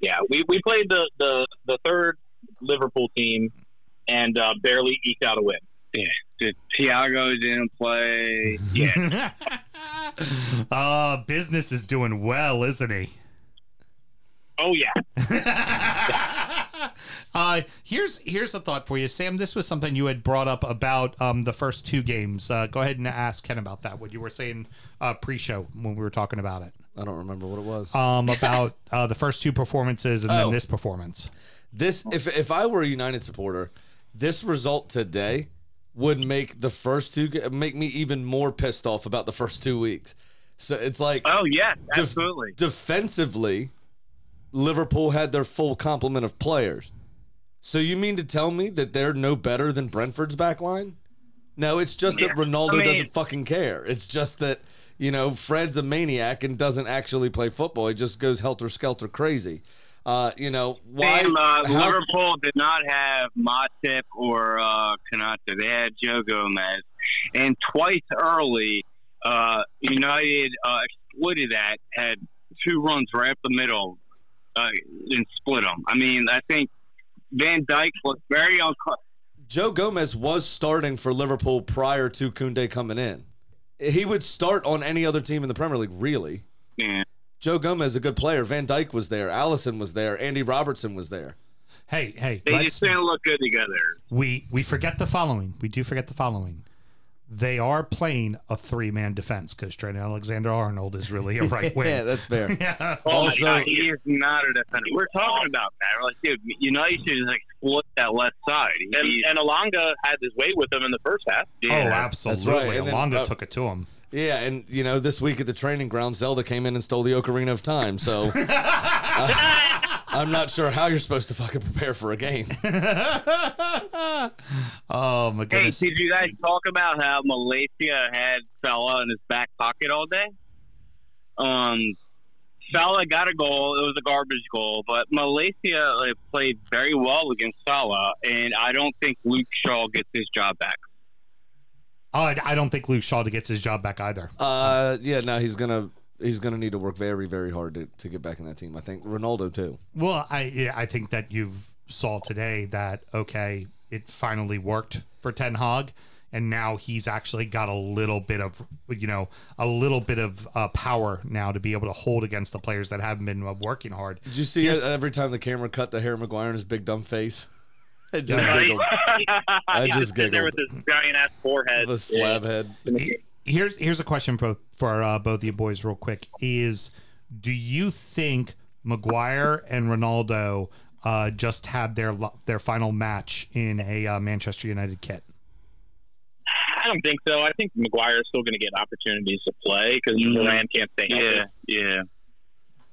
Speaker 9: Yeah, we, we played the, the, the third Liverpool team and uh, barely eked out a win.
Speaker 10: The Tiago didn't play. Yeah,
Speaker 3: uh, business is doing well, isn't he?
Speaker 9: Oh yeah,
Speaker 3: uh, here's here's a thought for you, Sam. This was something you had brought up about um, the first two games. Uh, go ahead and ask Ken about that. What you were saying uh, pre-show when we were talking about it,
Speaker 2: I don't remember what it was.
Speaker 3: um, about uh, the first two performances and then
Speaker 2: Oh.
Speaker 3: this performance.
Speaker 2: This, if if I were a United supporter, this result today would make the first two ga- make me even more pissed off about the first two weeks. So it's like
Speaker 10: Oh yeah,
Speaker 2: def-
Speaker 10: absolutely.
Speaker 2: defensively, Liverpool had their full complement of players. So you mean to tell me that they're no better than Brentford's back line? No, it's just that Ronaldo
Speaker 10: I mean-
Speaker 2: doesn't fucking care. It's just that, you know, Fred's a maniac and doesn't actually play football. He just goes helter skelter crazy. Uh, you know, why
Speaker 10: Same, uh,
Speaker 2: how-
Speaker 10: Liverpool did not have Matip or uh, Kanata. They had Joe Gomez, and twice early, uh, United uh, exploited that. Had two runs right up the middle uh, and split them. I mean, I think Van Dyke was very uncomfortable.
Speaker 2: Joe Gomez was starting for Liverpool prior to Kunde coming in. He would start on any other team in the Premier League, really. Joe Gomez is a good player. Van Dyke was there. Allison was there. Andy Robertson was there.
Speaker 3: Hey, hey,
Speaker 10: They
Speaker 3: let's-
Speaker 10: just didn't look good together.
Speaker 3: we we forget the following. We do forget the following. They are playing a three man defense because Trent Alexander Arnold is really a right wing.
Speaker 2: yeah, that's fair.
Speaker 3: yeah.
Speaker 10: Oh my god, he is not a defender. We're talking about that. We're like, dude, United should just exploit that left side.
Speaker 9: And, and Alanga had his way with him in the first half.
Speaker 3: Oh,
Speaker 2: That's
Speaker 3: absolutely.
Speaker 2: right. And then,
Speaker 3: Alonga
Speaker 2: uh,
Speaker 3: took it to him.
Speaker 2: Yeah, and you know, this week at the training ground, Zelda came in and stole the Ocarina of Time. So uh, I'm not sure how you're supposed to fucking prepare for a game.
Speaker 3: oh my
Speaker 10: Hey,
Speaker 3: goodness.
Speaker 10: did you guys talk about how Malaysia had Salah in his back pocket all day? Um, Salah got a goal. It was a garbage goal, but Malaysia like, played very well against Salah, and I don't think Luke Shaw gets his job back.
Speaker 3: Oh, I, I don't think Luke Shaw gets his job back either.
Speaker 2: Uh, yeah, no, he's gonna he's gonna need to work very very hard to, to get back in that team. I think Ronaldo too.
Speaker 3: Well, I yeah, I think that you saw today that okay, it finally worked for Ten Hag, and now he's actually got a little bit of you know a little bit of uh, power now to be able to hold against the players that haven't been uh, working hard.
Speaker 2: Did you see
Speaker 3: Here's-
Speaker 2: it every time the camera cut to Harry Maguire and his big dumb face? I just giggled. I
Speaker 9: I
Speaker 2: just
Speaker 9: just sit there with this
Speaker 2: giggled.
Speaker 9: giant ass forehead.
Speaker 2: The slab head.
Speaker 3: He- Here's here's a question for for uh, both of you boys, real quick. Is do you think Maguire and Ronaldo uh, just had their lo- their final match in a uh, Manchester United kit?
Speaker 9: I don't think so. I think Maguire is still going to get opportunities to play because
Speaker 10: Mhm.
Speaker 9: Moran can't stay healthy.
Speaker 10: Yeah, yeah.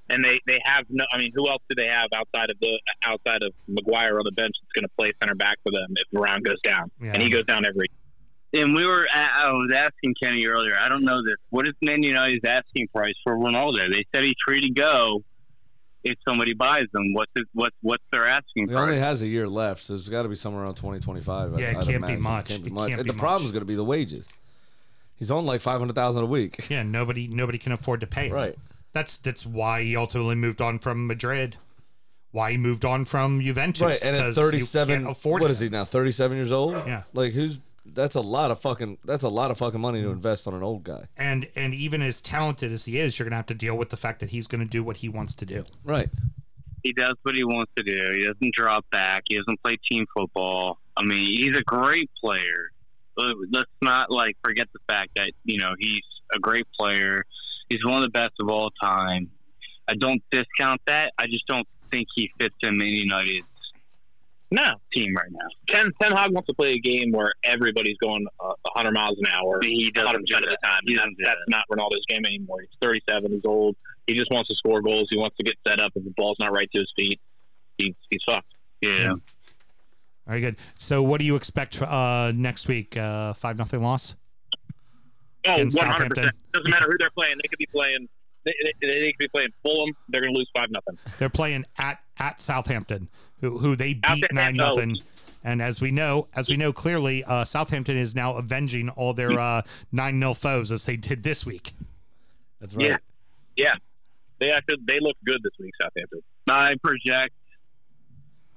Speaker 9: And they, they have no. I mean, who else do they have outside of the outside of Maguire on the bench that's going to play center back for them if Moran goes down?
Speaker 3: Yeah.
Speaker 9: And he goes down every.
Speaker 10: And we were, I I was asking Kenny earlier. I don't know this. What is Man United's asking price for Ronaldo? They said he's free to go if somebody buys them. What's his, what's what's their asking
Speaker 2: He
Speaker 10: price?
Speaker 2: only has a year left, so it's got to be somewhere around 2025.
Speaker 3: Yeah, it can't be
Speaker 2: It
Speaker 3: much.
Speaker 2: can't be
Speaker 3: It
Speaker 2: much.
Speaker 3: can't
Speaker 2: And
Speaker 3: be
Speaker 2: the problem
Speaker 3: much.
Speaker 2: is going to be the wages. He's on like 500,000 a week.
Speaker 3: Yeah, nobody nobody can afford to pay. him.
Speaker 2: Right.
Speaker 3: That's that's why he ultimately moved on from Madrid. Why he moved on from Juventus.
Speaker 2: Right, and at
Speaker 3: 'cause you
Speaker 2: 37,
Speaker 3: can't afford
Speaker 2: what
Speaker 3: him.
Speaker 2: is he now? 37 years old.
Speaker 3: Yeah.
Speaker 2: like who's that's a lot of fucking that's a lot of fucking money to invest on an old guy.
Speaker 3: And and even as talented as he is, you're gonna have to deal with the fact that he's gonna do what he wants to do.
Speaker 2: Right.
Speaker 10: He does what he wants to do. He doesn't drop back. He doesn't play team football. I mean, he's a great player. But Let's not like forget the fact that you know he's a great player. He's one of the best of all time. I don't discount that. I just don't think he fits in Man United's
Speaker 9: No,
Speaker 10: team right now.
Speaker 9: Ten Ten Hag wants to play a game where everybody's going uh, 100 miles an hour.
Speaker 10: He
Speaker 9: 100%
Speaker 10: doesn't do
Speaker 9: of the
Speaker 10: that.
Speaker 9: time.
Speaker 10: He
Speaker 9: That-
Speaker 10: doesn't do
Speaker 9: that's not Ronaldo's game anymore. He's 37. He's old. He just wants to score goals. He wants to get set up. If the ball's not right to his feet, he's he's fucked.
Speaker 10: Yeah.
Speaker 3: Very good. So what do you expect uh next week? Uh five nothing loss?
Speaker 9: Oh,
Speaker 3: Against
Speaker 9: 100 percent.
Speaker 3: Southampton.
Speaker 9: Doesn't matter who they're playing. They could be playing. They, they, they could be playing Fulham. They're going to lose five nothing.
Speaker 3: They're playing at at Southampton, who who they
Speaker 9: Out
Speaker 3: beat
Speaker 9: there,
Speaker 3: nine
Speaker 9: no.
Speaker 3: nothing. And as we know, as we know clearly, uh, Southampton is now avenging all their uh, nine 0 foes as they did this week.
Speaker 2: That's
Speaker 9: Yeah.
Speaker 2: right.
Speaker 9: They actually they look good this week. Southampton.
Speaker 10: I project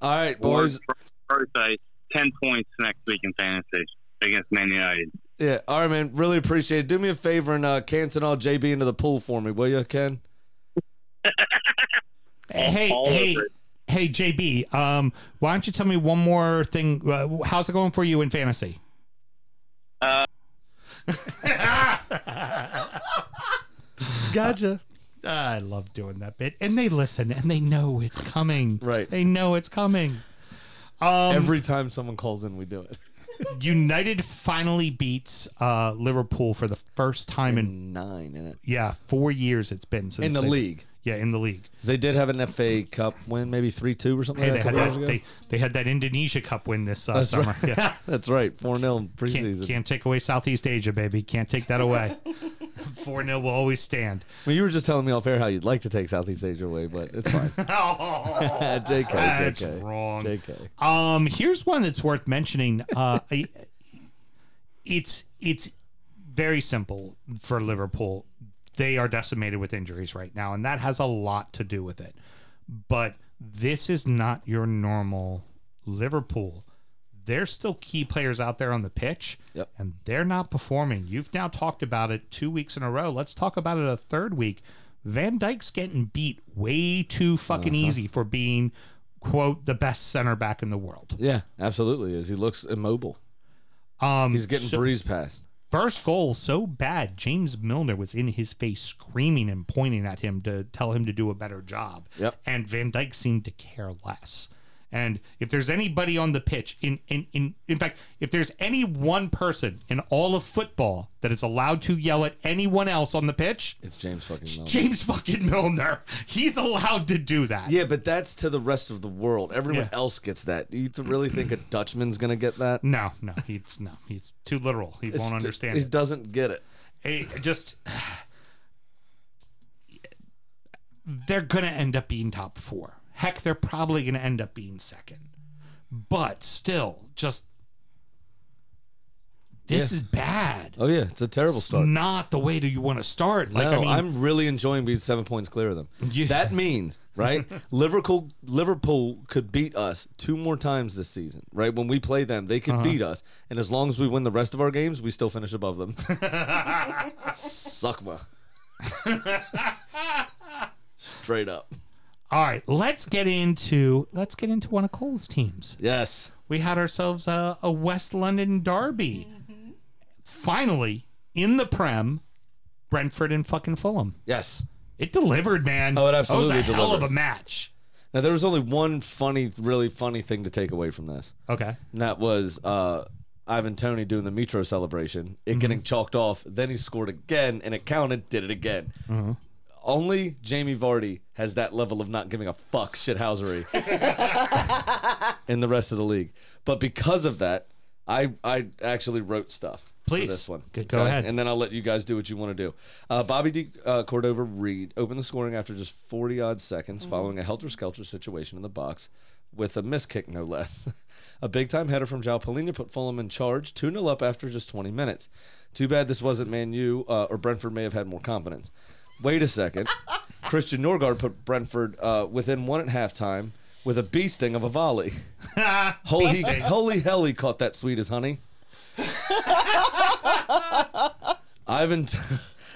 Speaker 2: All right, boys.
Speaker 10: Forsyth ten points next week in fantasy against Man United.
Speaker 2: Yeah. All right, man. Really appreciate it. Do me a favor and uh, cancel all JB into the pool for me, will you, Ken?
Speaker 3: hey,
Speaker 9: all
Speaker 3: hey,
Speaker 9: over it.
Speaker 3: hey, JB. Um, why don't you tell me one more thing? Uh, how's it going for you in fantasy?
Speaker 9: Uh,
Speaker 2: Gotcha.
Speaker 3: I love doing that bit, and they listen, and they know it's coming.
Speaker 2: Right.
Speaker 3: They know it's coming. Um,
Speaker 2: Every time someone calls in, we do it.
Speaker 3: United finally beats uh, Liverpool for the first time in
Speaker 2: Nine in it
Speaker 3: yeah four years. It's been since
Speaker 2: in the
Speaker 3: they-
Speaker 2: league.
Speaker 3: Yeah, in the league.
Speaker 2: They did have an FA Cup win, maybe three two or something.
Speaker 3: Hey,
Speaker 2: like
Speaker 3: they
Speaker 2: that a
Speaker 3: had
Speaker 2: couple years
Speaker 3: that,
Speaker 2: ago.
Speaker 3: they, they had that Indonesia Cup win this uh,
Speaker 2: That's
Speaker 3: summer.
Speaker 2: right.
Speaker 3: Yeah.
Speaker 2: That's right. Four 0 preseason.
Speaker 3: Can't, can't take away Southeast Asia, baby. Can't take that away. 4 0 will always stand.
Speaker 2: I mean, you were just telling me off air how you'd like to take Southeast Asia away, but it's fine.
Speaker 3: Oh,
Speaker 2: JK,
Speaker 3: that's
Speaker 2: JK,
Speaker 3: wrong.
Speaker 2: JK.
Speaker 3: Um, here's one that's worth mentioning. Uh, I- it's it's very simple for Liverpool. They are decimated with injuries right now, and that has a lot to do with it. But this is not your normal Liverpool. There's still key players out there on the pitch,
Speaker 2: Yep.
Speaker 3: and they're not performing. You've now talked about it two weeks in a row. Let's talk about it a
Speaker 2: Uh-huh.
Speaker 3: third week. Van Dyke's getting beat way too fucking easy for being quote the best center back in the world.
Speaker 2: Yeah, absolutely is. He looks immobile.
Speaker 3: Um,
Speaker 2: He's getting
Speaker 3: so-
Speaker 2: breezed past.
Speaker 3: First goal so bad, James Milner was in his face screaming and pointing at him to tell him to do a better job.
Speaker 2: Yep.
Speaker 3: And Van Dyke seemed to care less. And if there's anybody on the pitch, in, in, in, in fact, if there's any one person in all of football that is allowed to yell at anyone else on the pitch,
Speaker 2: It's James fucking Milner.
Speaker 3: James fucking Milner. He's allowed to do that.
Speaker 2: Yeah, but that's to the rest of the world. Everyone
Speaker 3: Yeah.
Speaker 2: else gets that. Do you th- really think a Dutchman's gonna get that?
Speaker 3: No, no, he's no, he's too literal. He
Speaker 2: It's
Speaker 3: won't
Speaker 2: t-
Speaker 3: understand
Speaker 2: He
Speaker 3: it.
Speaker 2: doesn't get it.
Speaker 3: it just they're gonna end up being top four. Heck, they're probably gonna end up being second. But still, just this
Speaker 2: Yeah.
Speaker 3: is bad.
Speaker 2: Oh yeah, it's a terrible
Speaker 3: It's
Speaker 2: start.
Speaker 3: not the way that you want to start. Like
Speaker 2: no,
Speaker 3: I mean,
Speaker 2: am really enjoying being seven points clear of them. That means, right? Liverpool Liverpool could beat us two more times this season, right? When we play them, they could
Speaker 3: Uh-huh.
Speaker 2: beat us, and as long as we win the rest of our games, we still finish above them. Suckma. Straight up.
Speaker 3: all right, let's get into let's get into one of Cole's teams.
Speaker 2: Yes.
Speaker 3: we had ourselves a, a West London derby. Finally, in the Prem, Brentford and fucking Fulham.
Speaker 2: Yes.
Speaker 3: It delivered, man.
Speaker 2: Oh, it absolutely
Speaker 3: That was a hell of
Speaker 2: delivered.
Speaker 3: a match.
Speaker 2: Now there was only one funny, really funny thing to take away from this.
Speaker 3: Okay.
Speaker 2: And that was uh, Ivan Tony doing the Mitro celebration, it getting chalked off. Then he scored again, and it counted. Did it again. Only Jamie Vardy has that level of not giving a fuck shithousery in the rest of the league. But because of that, I I actually wrote stuff.
Speaker 3: Please.
Speaker 2: for this one.
Speaker 3: Go- go ahead.
Speaker 2: and then I'll let you guys do what you want to do. Uh, Bobby D. Uh, Cordova Reed opened the scoring after just 40 odd seconds following a helter skelter situation in the box with a miss kick, no less. a big time header from Jao Polina put Fulham in charge, 2 0 up after just 20 minutes. Too bad this wasn't Man U, uh, or Brentford may have had more confidence. Wait a second. Christian Norgard put Brentford uh, within one at halftime with a bee sting of a volley. holy, holy hell, he caught that sweet as honey. Ivan,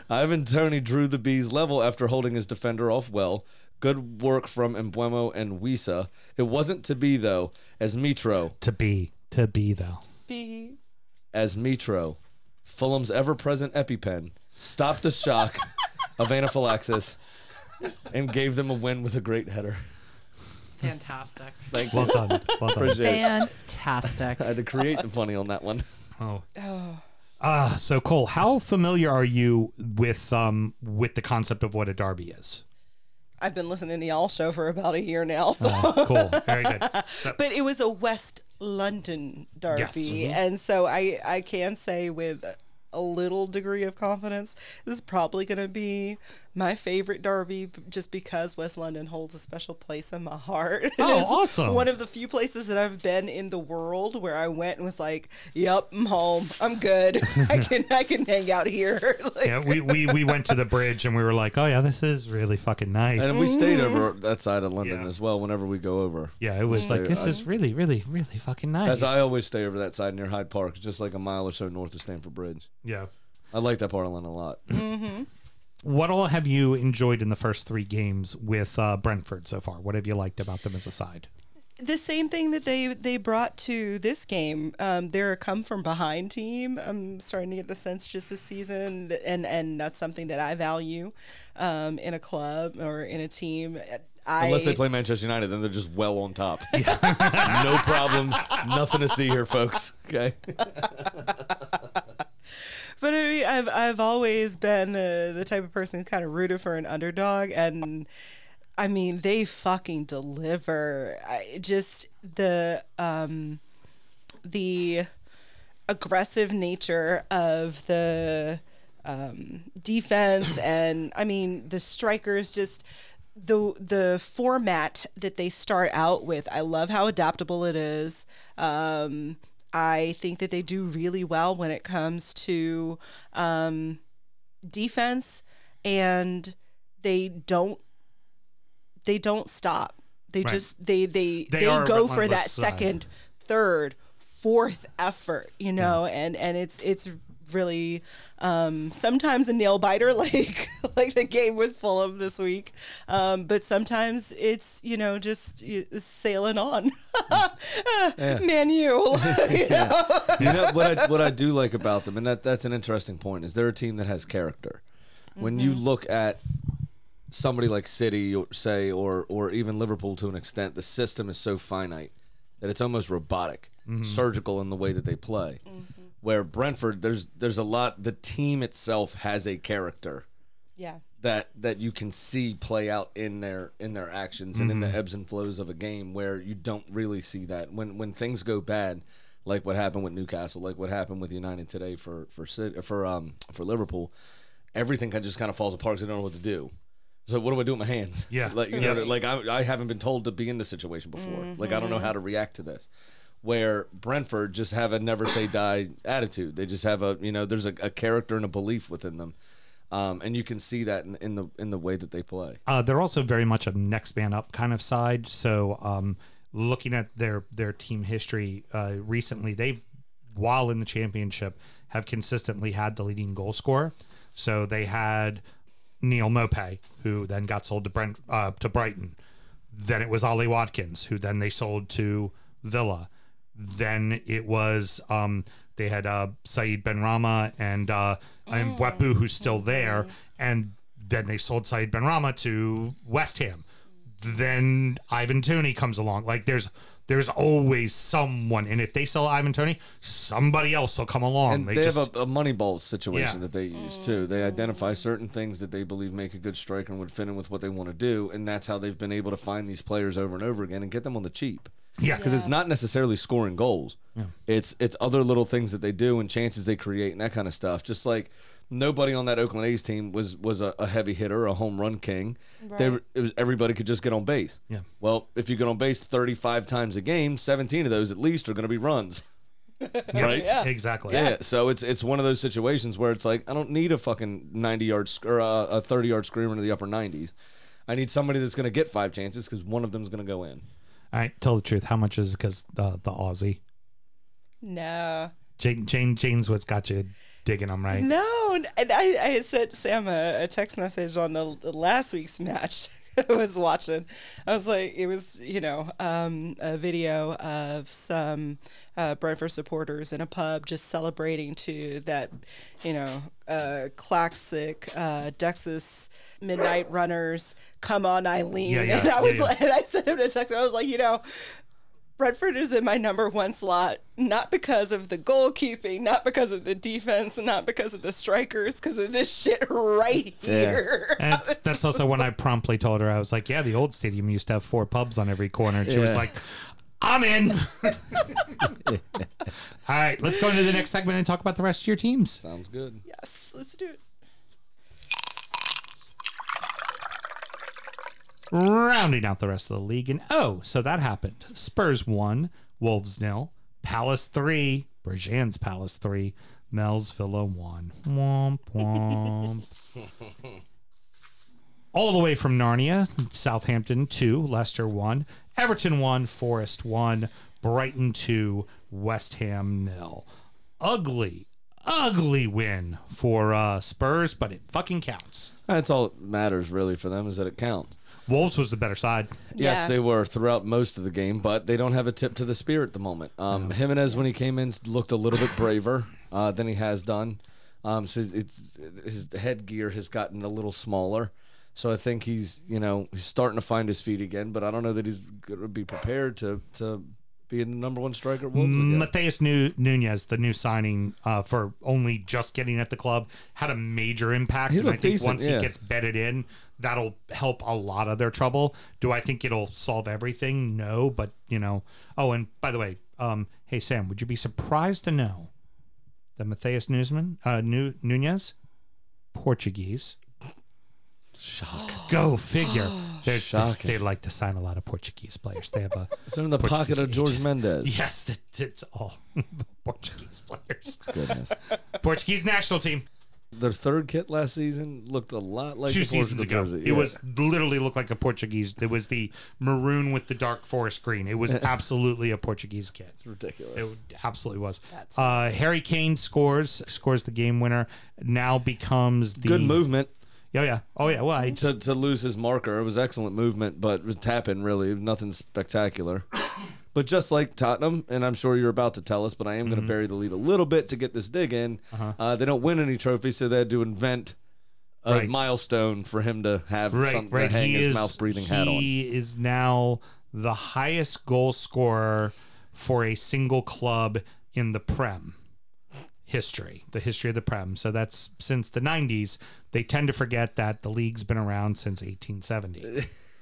Speaker 2: Ivan Tony drew the bees level after holding his defender off well. Good work from Embuemo and Wisa. It wasn't to be though, as Mitro,
Speaker 3: To be, to be though.
Speaker 7: Be
Speaker 2: as Mitro, Fulham's ever-present EpiPen stopped the shock of anaphylaxis and gave them a win with a great header.
Speaker 6: Fantastic.
Speaker 2: Thank
Speaker 3: Well
Speaker 2: you.
Speaker 3: done. Well done.
Speaker 2: Appreciate it.
Speaker 6: Fantastic.
Speaker 2: I had to create the funny on that one.
Speaker 3: Oh.
Speaker 7: oh
Speaker 3: Uh, so Cole, how familiar are you with um with the concept of what a derby is?
Speaker 7: I've been listening to y'all show for about a year now. So.
Speaker 3: Uh, cool. Very good. So-
Speaker 7: but it was a West London derby,
Speaker 3: Yes. Mhm.
Speaker 7: and so I I can say with a little degree of confidence this is probably going to be my favorite derby b- just because West London holds a special place in my heart. It
Speaker 3: Oh,
Speaker 7: is
Speaker 3: awesome.
Speaker 7: One of the few places that I've been in the world where I went and was like, "Yep, I'm home. I'm good. I can I can hang out here." Like,
Speaker 3: yeah, we, we we went to the bridge and we were like, oh yeah, this is really fucking nice.
Speaker 2: And we stayed over that side of London
Speaker 3: Yeah.
Speaker 2: as well whenever we go over.
Speaker 3: yeah, it was like
Speaker 2: Stayed-
Speaker 3: this
Speaker 2: I-
Speaker 3: is really really really fucking nice.
Speaker 2: As I always stay over that side near Hyde Park, it's just like a mile or so north of Stamford Bridge.
Speaker 3: yeah.
Speaker 2: I like that part of London a lot.
Speaker 3: What all have you enjoyed in the first three games with uh, Brentford so far? What have you liked about them as a side?
Speaker 7: the same thing that they they brought to this game. Um, they're a come from behind team. I'm starting to get the sense just this season, that- and and that's something that I value um, in a club or in a team. I,
Speaker 2: Unless they play Manchester United, then they're just well on top. no problem. Nothing to see here, folks. Okay.
Speaker 7: But I mean, I've I've always been the the type of person who kind of rooted for an underdog, and I mean they fucking deliver. I just the um the aggressive nature of the um, defense, and I mean the strikers just. The, the format that they start out with, I love how adaptable it is. Um, I think that they do really well when it comes to um, defense, and they don't they don't stop. They
Speaker 3: Right.
Speaker 7: just they they
Speaker 3: They
Speaker 7: they,
Speaker 3: are
Speaker 7: go for that
Speaker 3: relentless, uh,
Speaker 7: second, third, fourth effort, you know, and and it's it's really um, sometimes a nail biter, like like the game with Fulham this week. Um, but sometimes it's you know just you, sailing on.
Speaker 2: Yeah.
Speaker 7: Man, you, you know?
Speaker 2: you know what I, what I do like about them, and that that's an interesting point, is they're a team that has character. When you look at somebody like City, or say, or or even Liverpool to an extent, the system is so finite that it's almost robotic,
Speaker 11: Mhm.
Speaker 2: surgical in the way that they play. Where Brentford, there's there's a lot. The team itself has a character
Speaker 7: yeah.
Speaker 2: that that you can see play out in their in their actions and in the
Speaker 11: Mhm.
Speaker 2: ebbs and flows of a game where you don't really see that when when things go bad like what happened with Newcastle like what happened with United today for for Cit- for um for Liverpool everything kind of just kind of falls apart because I don't know what to do so what do I do with my hands
Speaker 11: Yeah.
Speaker 2: like you know
Speaker 11: Yeah.
Speaker 2: like I, I haven't been told to be in this situation before like I don't know
Speaker 11: Mhm.
Speaker 2: how to react to this where Brentford just have a never say die attitude they just have a you know there's a, a character and a belief within them um, and you can see that in, in the in the way that they play.
Speaker 3: Uh, they're also very much a next man up kind of side. So, um, looking at their their team history uh, recently, they've while in the championship have consistently had the leading goal scorer. So they had Neil Mope, who then got sold to Brent uh, to Brighton. Then it was Ollie Watkins, who then they sold to Villa. Then it was um, they had uh, Saeed Ben Rama and uh, and Wepu, who's still there, and then they sold Saeed Ben Rama to West Ham. Then Ivan Tooney comes along. Like there's there's always someone, and if they sell Ivan Tooney, somebody else will come along.
Speaker 2: And they, have a, a money ball situation
Speaker 3: Oh, Yeah.
Speaker 2: that they use too. They identify certain things that they believe make a good striker and would fit in with what they want to do, and that's how they've been able to find these players over and over again and get them on the cheap.
Speaker 3: Yeah.
Speaker 2: because it's not necessarily scoring goals.
Speaker 3: Yeah.
Speaker 2: It's it's other little things that they do and chances they create and that kind of stuff. Just like nobody on that Oakland A's team was was a, a heavy hitter, a home run king. They
Speaker 11: Right.
Speaker 2: were, it was everybody could just get on base.
Speaker 3: Yeah.
Speaker 2: Well, if you get on base 35 times a game, 17 of those at least are going to be runs. right?
Speaker 3: Yeah, exactly.
Speaker 2: Yeah. So it's it's one of those situations where it's like I don't need a fucking 90 yard sc- or a, a 30 yard screamer into the upper 90s. I need somebody that's going to get five chances because one of them's going to go in.
Speaker 3: All right, tell the truth. How much is because uh, the Aussie
Speaker 7: No.
Speaker 3: Jane Jane Jane's what's got you digging them right?
Speaker 7: No, n- and I, I had sent Sam a, a text message on the, the last week's match I was watching. I was like, it was, you know, um, a video of some uh, Brentford supporters in a pub just celebrating to that, you know, uh, classic uh, Dexys Midnight Runners, Come On Eileen.
Speaker 11: Yeah, yeah,
Speaker 7: and I was
Speaker 11: yeah, yeah.
Speaker 7: like, and I sent him a text. I was like, you know, Redford is in my number one slot, not because of the goalkeeping, not because of the defense, not because of the strikers, because of this shit right here.
Speaker 3: And it's- that's also when I promptly told her I was like, "Yeah, the old stadium used to have four pubs on every corner," and she was
Speaker 11: Yeah.
Speaker 3: like, "I'm in." All right, let's go into the next segment and talk about the rest of your teams.
Speaker 2: Sounds good.
Speaker 7: Yes, let's do it.
Speaker 3: rounding out the rest of the league. And oh, so that happened. Spurs one, Wolves nil, Palace three, Bergeon's Palace three, Mel's Villa one. Womp womp. All the way from Narnia, Southampton two, Leicester one, Everton one, Forest one, Brighton two, West Ham nil. Ugly, ugly win for uh, Spurs, but it fucking counts.
Speaker 2: That's all that matters really for them is that it counts.
Speaker 3: Wolves was the better side.
Speaker 2: Yes,
Speaker 3: Yeah.
Speaker 2: they were throughout most of the game, but they don't have a tip to the spear at the moment. Um, Jimenez, when he came in, looked a little bit braver uh, than he has done. Um, so it's, his headgear has gotten a little smaller. So I think he's, you know, he's starting to find his feet again, but I don't know that he's going to be prepared to, to be the number one striker at Wolves again.
Speaker 3: Mateus Nu- Nunez, the new signing uh, for only just getting at the club, had a major impact.
Speaker 2: He
Speaker 3: and I
Speaker 2: looked
Speaker 3: think
Speaker 2: decent,
Speaker 3: once
Speaker 2: yeah.
Speaker 3: he gets bedded in, that'll help a lot of their trouble. Do I think it'll solve everything? No, but you know. Oh, and by the way, um, hey Sam, would you be surprised to know that Mateus Newsman, uh, Nu- Nunez, Portuguese? Shock. Go figure. They're,
Speaker 2: Shocking.
Speaker 3: They, like to sign a lot of Portuguese players. They have a.
Speaker 2: It's in the pocket
Speaker 3: Portuguese
Speaker 2: of George
Speaker 3: agent.
Speaker 2: Mendes.
Speaker 3: Yes, that, it's all Portuguese players.
Speaker 2: Goodness.
Speaker 3: Portuguese national team.
Speaker 2: Their third kit last season looked a lot like
Speaker 3: two
Speaker 2: the Forza
Speaker 3: seasons ago.
Speaker 2: Jersey.
Speaker 3: It
Speaker 2: Yeah.
Speaker 3: was literally looked like a Portuguese. It was the maroon with the dark forest green. It was absolutely a Portuguese kit. It's
Speaker 2: ridiculous.
Speaker 3: It absolutely was. Uh, Harry Kane scores scores the game winner. Now becomes the
Speaker 2: good movement.
Speaker 3: Yeah, yeah. Oh yeah. Well, I
Speaker 2: to, to lose his marker, it was excellent movement, but it was tapping really nothing spectacular. but just like Tottenham, and I'm sure you're about to tell us, but I am going to
Speaker 3: Mm-hmm.
Speaker 8: Mhm.
Speaker 2: bury the lead a little bit to get this dig in.
Speaker 3: Uh-huh.
Speaker 2: uh they don't win any trophies, so they had to invent a
Speaker 3: Right.
Speaker 2: milestone for him to have
Speaker 3: Right,
Speaker 2: something
Speaker 3: right.
Speaker 2: to hang
Speaker 3: He
Speaker 2: his
Speaker 3: is-
Speaker 2: mouth breathing hat on.
Speaker 3: He is now the highest goal scorer for a single club in the Prem history, the history of the Prem. So that's since the 90s. They tend to forget that the league's been around since 1870.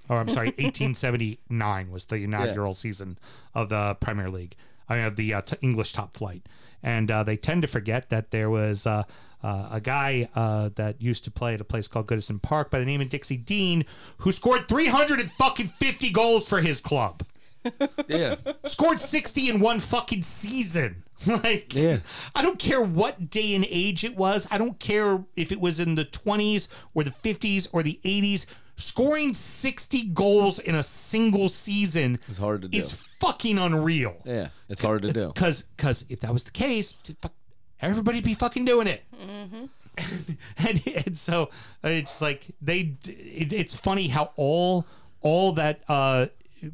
Speaker 3: or Oh, I'm sorry, 1879 was the inaugural season of the Premier League. I mean, of the uh, t- English top flight. And uh, they tend to forget that there was uh, uh, a guy uh, that used to play at a place called Goodison Park by the name of Dixie Dean, who scored 350 goals for his club.
Speaker 2: yeah.
Speaker 3: Scored 60 in one fucking season. Like,
Speaker 2: yeah.
Speaker 3: I don't care what day and age it was. I don't care if it was in the 20s or the 50s or the 80s. Scoring 60 goals in a single season
Speaker 2: It's hard to do.
Speaker 3: is fucking unreal.
Speaker 2: yeah, it's hard to do.
Speaker 3: Because because if that was the case, fuck, everybody be fucking doing it. and, and so uh, it's like they. It, it's funny how all all that uh,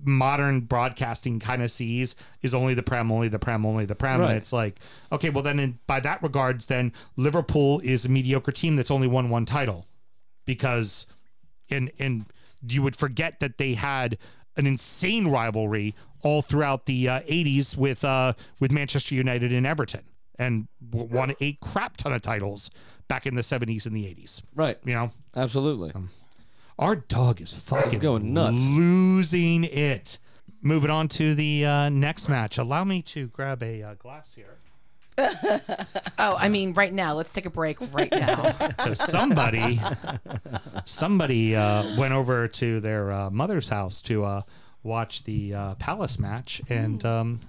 Speaker 3: modern broadcasting kind of sees is only the prem, only the prem, only the prem,
Speaker 2: Right.
Speaker 3: and it's like okay, well then in, by that regards, then Liverpool is a mediocre team that's only won one title because and and you would forget that they had an insane rivalry all throughout the uh, 80s with uh, with Manchester United and Everton and w- won a crap ton of titles back in the 70s and the 80s.
Speaker 2: Right.
Speaker 3: You know.
Speaker 2: Absolutely.
Speaker 3: Um, Our dog is fucking
Speaker 2: going nuts.
Speaker 3: losing it. Moving on to the uh, next match. Allow me to grab a uh, glass here.
Speaker 6: Oh, I mean, right now. Let's take a break right now.
Speaker 3: 'Cause somebody somebody uh, went over to their uh, mother's house to uh, watch the uh, Palace match, and um,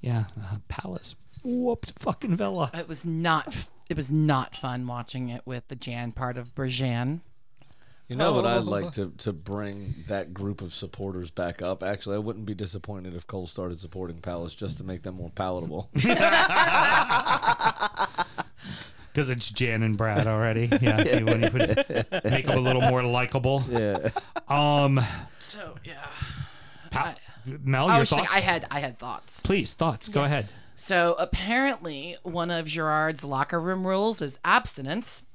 Speaker 3: yeah, uh, Palace whooped fucking Villa.
Speaker 6: It was not. It was not fun watching it with the Jan part of Brajan.
Speaker 2: You know what I'd like to, to bring that group of supporters back up. Actually, I wouldn't be disappointed if Cole started supporting Palace just to make them more palatable.
Speaker 3: Because it's Jan and Brad already. Yeah, you want to put- make them a little more likable.
Speaker 2: Yeah.
Speaker 3: Um,
Speaker 6: So yeah.
Speaker 3: Pa-
Speaker 2: Oh,
Speaker 3: Mel,
Speaker 6: I
Speaker 3: your
Speaker 6: was
Speaker 3: thoughts?
Speaker 6: thinking- I had. I had thoughts.
Speaker 3: Please, thoughts. Go ahead.
Speaker 6: So apparently, one of Gerard's locker room rules is abstinence.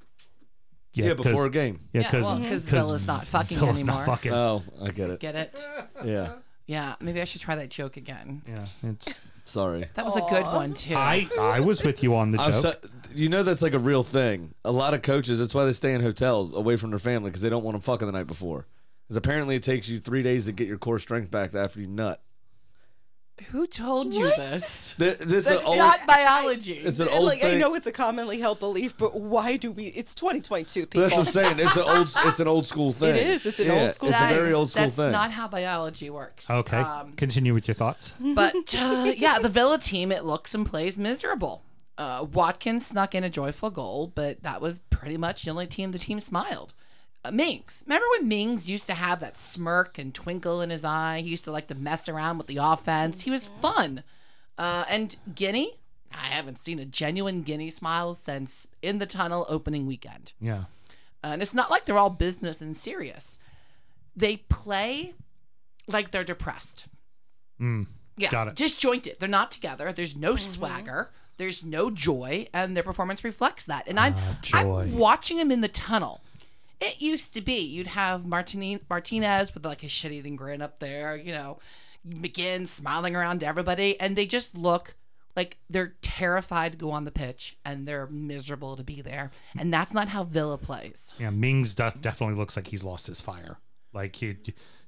Speaker 2: Yeah, before
Speaker 3: 'cause-
Speaker 2: a game.
Speaker 3: Yeah,
Speaker 6: Yeah,
Speaker 3: because
Speaker 6: well, 'cause Villa's not fucking
Speaker 3: Villa's not
Speaker 6: anymore.
Speaker 3: fucking.
Speaker 2: Oh, I get it.
Speaker 6: Get it?
Speaker 2: Yeah.
Speaker 6: Yeah. Maybe I should try that joke again.
Speaker 3: Yeah, it's
Speaker 2: sorry.
Speaker 6: That was a good one too.
Speaker 3: I I was with you on the
Speaker 2: I'm
Speaker 3: joke.
Speaker 2: so- you know that's like a real thing. A lot of coaches, that's why they stay in hotels away from their family because they don't want them fucking the night before. Because apparently it takes you three days to get your core strength back after you nut.
Speaker 6: Who told you this?
Speaker 2: Th- This is
Speaker 6: That's
Speaker 2: old,
Speaker 6: not biology.
Speaker 2: It's an old
Speaker 7: like I
Speaker 2: thing.
Speaker 7: know it's a commonly held belief, but why do we? It's 2022, people.
Speaker 2: That's what I'm saying. It's an old, it's an old school thing.
Speaker 7: is. It's an
Speaker 2: Yeah,
Speaker 7: old school
Speaker 2: It's
Speaker 7: thing.
Speaker 2: a very old school
Speaker 6: That's
Speaker 2: thing.
Speaker 6: not how biology works.
Speaker 3: okay,
Speaker 6: Um,
Speaker 3: continue with your thoughts.
Speaker 6: but uh, yeah, the Villa team it looks and plays miserable. Uh, Watkins snuck in a joyful goal, but that was pretty much the only team the team smiled. Uh, Mings, remember when Mings used to have that smirk and twinkle in his eye? He used to like to mess around with the offense. He was fun. Uh, and Guinea, I haven't seen a genuine Guinea smile since in the tunnel opening weekend.
Speaker 3: Yeah.
Speaker 6: And it's not like they're all business and serious. They play like they're depressed.
Speaker 3: Mm.
Speaker 6: Yeah.
Speaker 3: Got it.
Speaker 6: Disjointed. They're not together. There's no swagger. There's no joy, and their performance reflects that. And I'm,
Speaker 3: Ah, joy.
Speaker 6: I'm watching him in the tunnel. It used to be you'd have Martini, Martinez with like a shit eating grin up there, you know, McGinn smiling around to everybody, and they just look like they're terrified to go on the pitch and they're miserable to be there. And that's not how Villa plays.
Speaker 3: Yeah, Mings def- definitely looks like he's lost his fire. Like he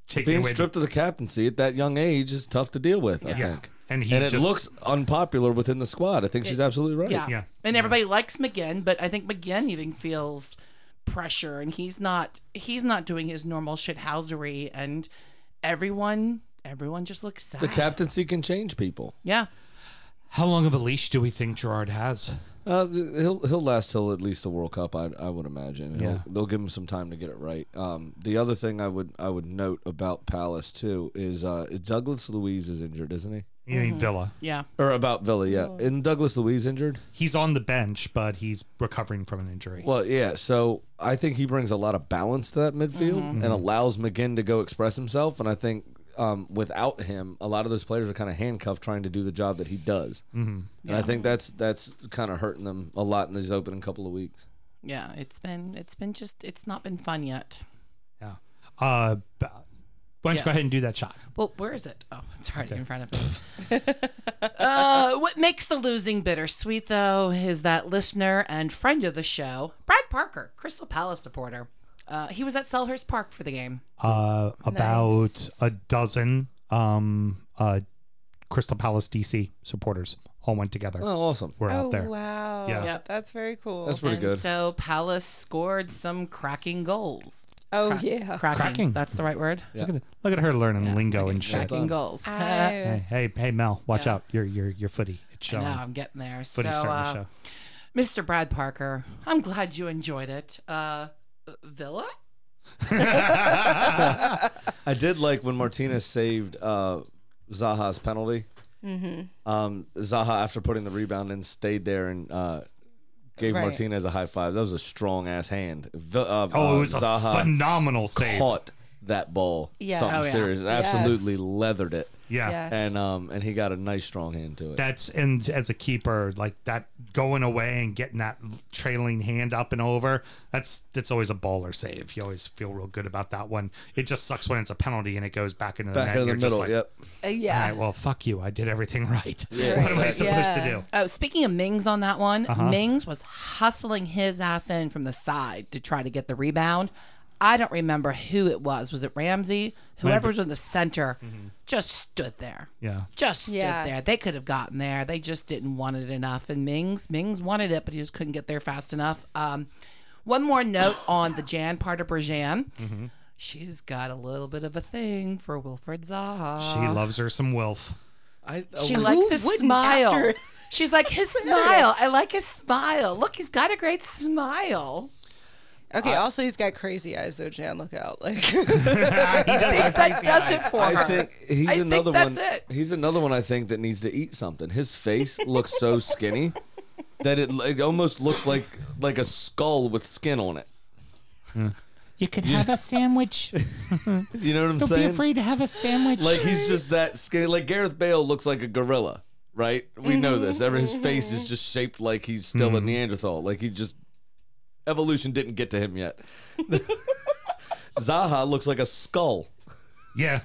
Speaker 3: taking
Speaker 2: Being
Speaker 3: away
Speaker 2: stripped of the captaincy at that young age is tough to deal with, I
Speaker 3: Yeah.
Speaker 2: think.
Speaker 3: And he
Speaker 2: and it
Speaker 3: just-
Speaker 2: looks unpopular within the squad. I think she's absolutely right.
Speaker 6: Yeah. And everybody likes McGinn, but I think McGinn even feels pressure and he's not he's not doing his normal shithousery and everyone everyone just looks sad.
Speaker 2: The captaincy can change people.
Speaker 6: yeah.
Speaker 3: How long of a leash do we think Gerard has?
Speaker 2: Uh, he'll he'll last till at least the World Cup, I I would imagine. He'll-
Speaker 3: Yeah.
Speaker 2: they'll give him some time to get it right. Um, the other thing I would I would note about Palace too is uh, Douglas Louise is injured, isn't he?
Speaker 3: You mean Mhm. Villa.
Speaker 6: Yeah.
Speaker 2: Or about Villa, yeah. And Douglas Louise injured.
Speaker 3: He's on the bench, but he's recovering from an injury.
Speaker 2: Well, yeah. So I think he brings a lot of balance to that midfield
Speaker 3: Mhm.
Speaker 2: and allows McGinn to go express himself. And I think um, without him, a lot of those players are kind of handcuffed trying to do the job that he does.
Speaker 3: Mhm.
Speaker 2: And I
Speaker 6: Yeah.
Speaker 2: think that's that's kind of hurting them a lot in these opening couple of weeks.
Speaker 6: Yeah, it's been it's been just it's not been fun yet.
Speaker 3: Yeah. Uh, b- why don't you go ahead and do that shot?
Speaker 6: Well, where is it? Oh, it's already in front of us. uh, what makes the losing bittersweet, though, is that listener and friend of the show, Brad Parker, Crystal Palace supporter. Uh, he was at Selhurst Park for the game.
Speaker 3: Uh, about a dozen um, uh, Crystal Palace DC supporters all went together.
Speaker 2: Oh, awesome.
Speaker 3: We're out there.
Speaker 7: Wow.
Speaker 3: Yeah.
Speaker 7: That's very cool.
Speaker 2: That's pretty
Speaker 6: and
Speaker 2: good.
Speaker 6: So Palace scored some cracking goals.
Speaker 7: Oh,
Speaker 6: Crack-
Speaker 7: yeah.
Speaker 6: cracking.
Speaker 3: Cracking.
Speaker 6: That's the right word.
Speaker 3: Look, at, look at her learning lingo and shit.
Speaker 6: Cracking goals.
Speaker 3: Hey, hey, hey, Mel, watch out. Your your your footy. It's
Speaker 6: I
Speaker 3: showing.
Speaker 6: know, I'm getting there.
Speaker 3: Footy's
Speaker 6: so,
Speaker 3: starting
Speaker 6: uh,
Speaker 3: to show.
Speaker 6: Mr. Brad Parker, I'm glad you enjoyed it. Uh, Villa?
Speaker 2: I did like when Martinez saved uh, Zaha's penalty.
Speaker 7: Mhm.
Speaker 2: Um, Zaha, after putting the rebound in, stayed there and uh, gave
Speaker 7: Right.
Speaker 2: Martinez a high five. That was a strong ass hand. V- uh,
Speaker 3: Oh, it
Speaker 2: uh,
Speaker 3: was a
Speaker 2: Zaha
Speaker 3: phenomenal save.
Speaker 2: Caught that ball.
Speaker 7: Yeah.
Speaker 2: Something
Speaker 7: Oh, yeah.
Speaker 2: serious.
Speaker 7: Yes.
Speaker 2: Absolutely leathered it.
Speaker 3: Yeah. Yes.
Speaker 2: And um, and he got a nice strong hand to it.
Speaker 3: That's and as a keeper, like that going away and getting that trailing hand up and over. That's that's always a baller save. You always feel real good about that one. It just sucks when it's a penalty and it goes back into the
Speaker 2: Back
Speaker 3: net.
Speaker 2: into the
Speaker 3: You're just
Speaker 2: middle,
Speaker 3: like,
Speaker 2: yep.
Speaker 7: Uh, yeah.
Speaker 3: All right, well, fuck you. I did everything right. What am I supposed to do?
Speaker 6: Oh, speaking of Mings on that one,
Speaker 3: Uh-huh.
Speaker 6: Mings was hustling his ass in from the side to try to get the rebound. I don't remember who it was. Was it Ramsey?
Speaker 3: Might have
Speaker 6: Whoever
Speaker 3: been- Mm-hmm.
Speaker 6: was in the center just stood there.
Speaker 3: Yeah.
Speaker 6: Just stood
Speaker 7: Yeah.
Speaker 6: there. They could have gotten there. They just didn't want it enough. And Mings, Mings wanted it, but he just couldn't get there fast enough. Um, one more note on the Jan part of Berjan.
Speaker 3: Mm-hmm.
Speaker 6: She's got a little bit of a thing for Wilfred Zaha.
Speaker 3: She loves her some Wilf.
Speaker 2: I,
Speaker 6: She
Speaker 2: oh,
Speaker 6: likes
Speaker 7: who
Speaker 6: his
Speaker 7: wouldn't
Speaker 6: smile.
Speaker 7: after-
Speaker 6: She's like his smile. I like his smile. Look, he's got a great smile.
Speaker 7: Okay. also, he's got crazy eyes, though, Jan. Look out. Like,
Speaker 6: That does it for
Speaker 2: I
Speaker 6: her.
Speaker 2: think he's
Speaker 6: I think
Speaker 2: another
Speaker 6: that's
Speaker 2: one.
Speaker 6: it.
Speaker 2: He's another one I think that needs to eat something. His face looks so skinny that it, like almost looks like like a skull with skin on it.
Speaker 3: You could have a sandwich.
Speaker 2: You know what I'm saying?
Speaker 3: to have a sandwich.
Speaker 2: Like he's just that skinny. Like Gareth Bale looks like a gorilla, right? We know this. Every his face is just shaped like he's still
Speaker 3: Mm-hmm.
Speaker 2: a Neanderthal. Like he just evolution didn't get to him yet. Zaha looks like a skull.
Speaker 3: yeah.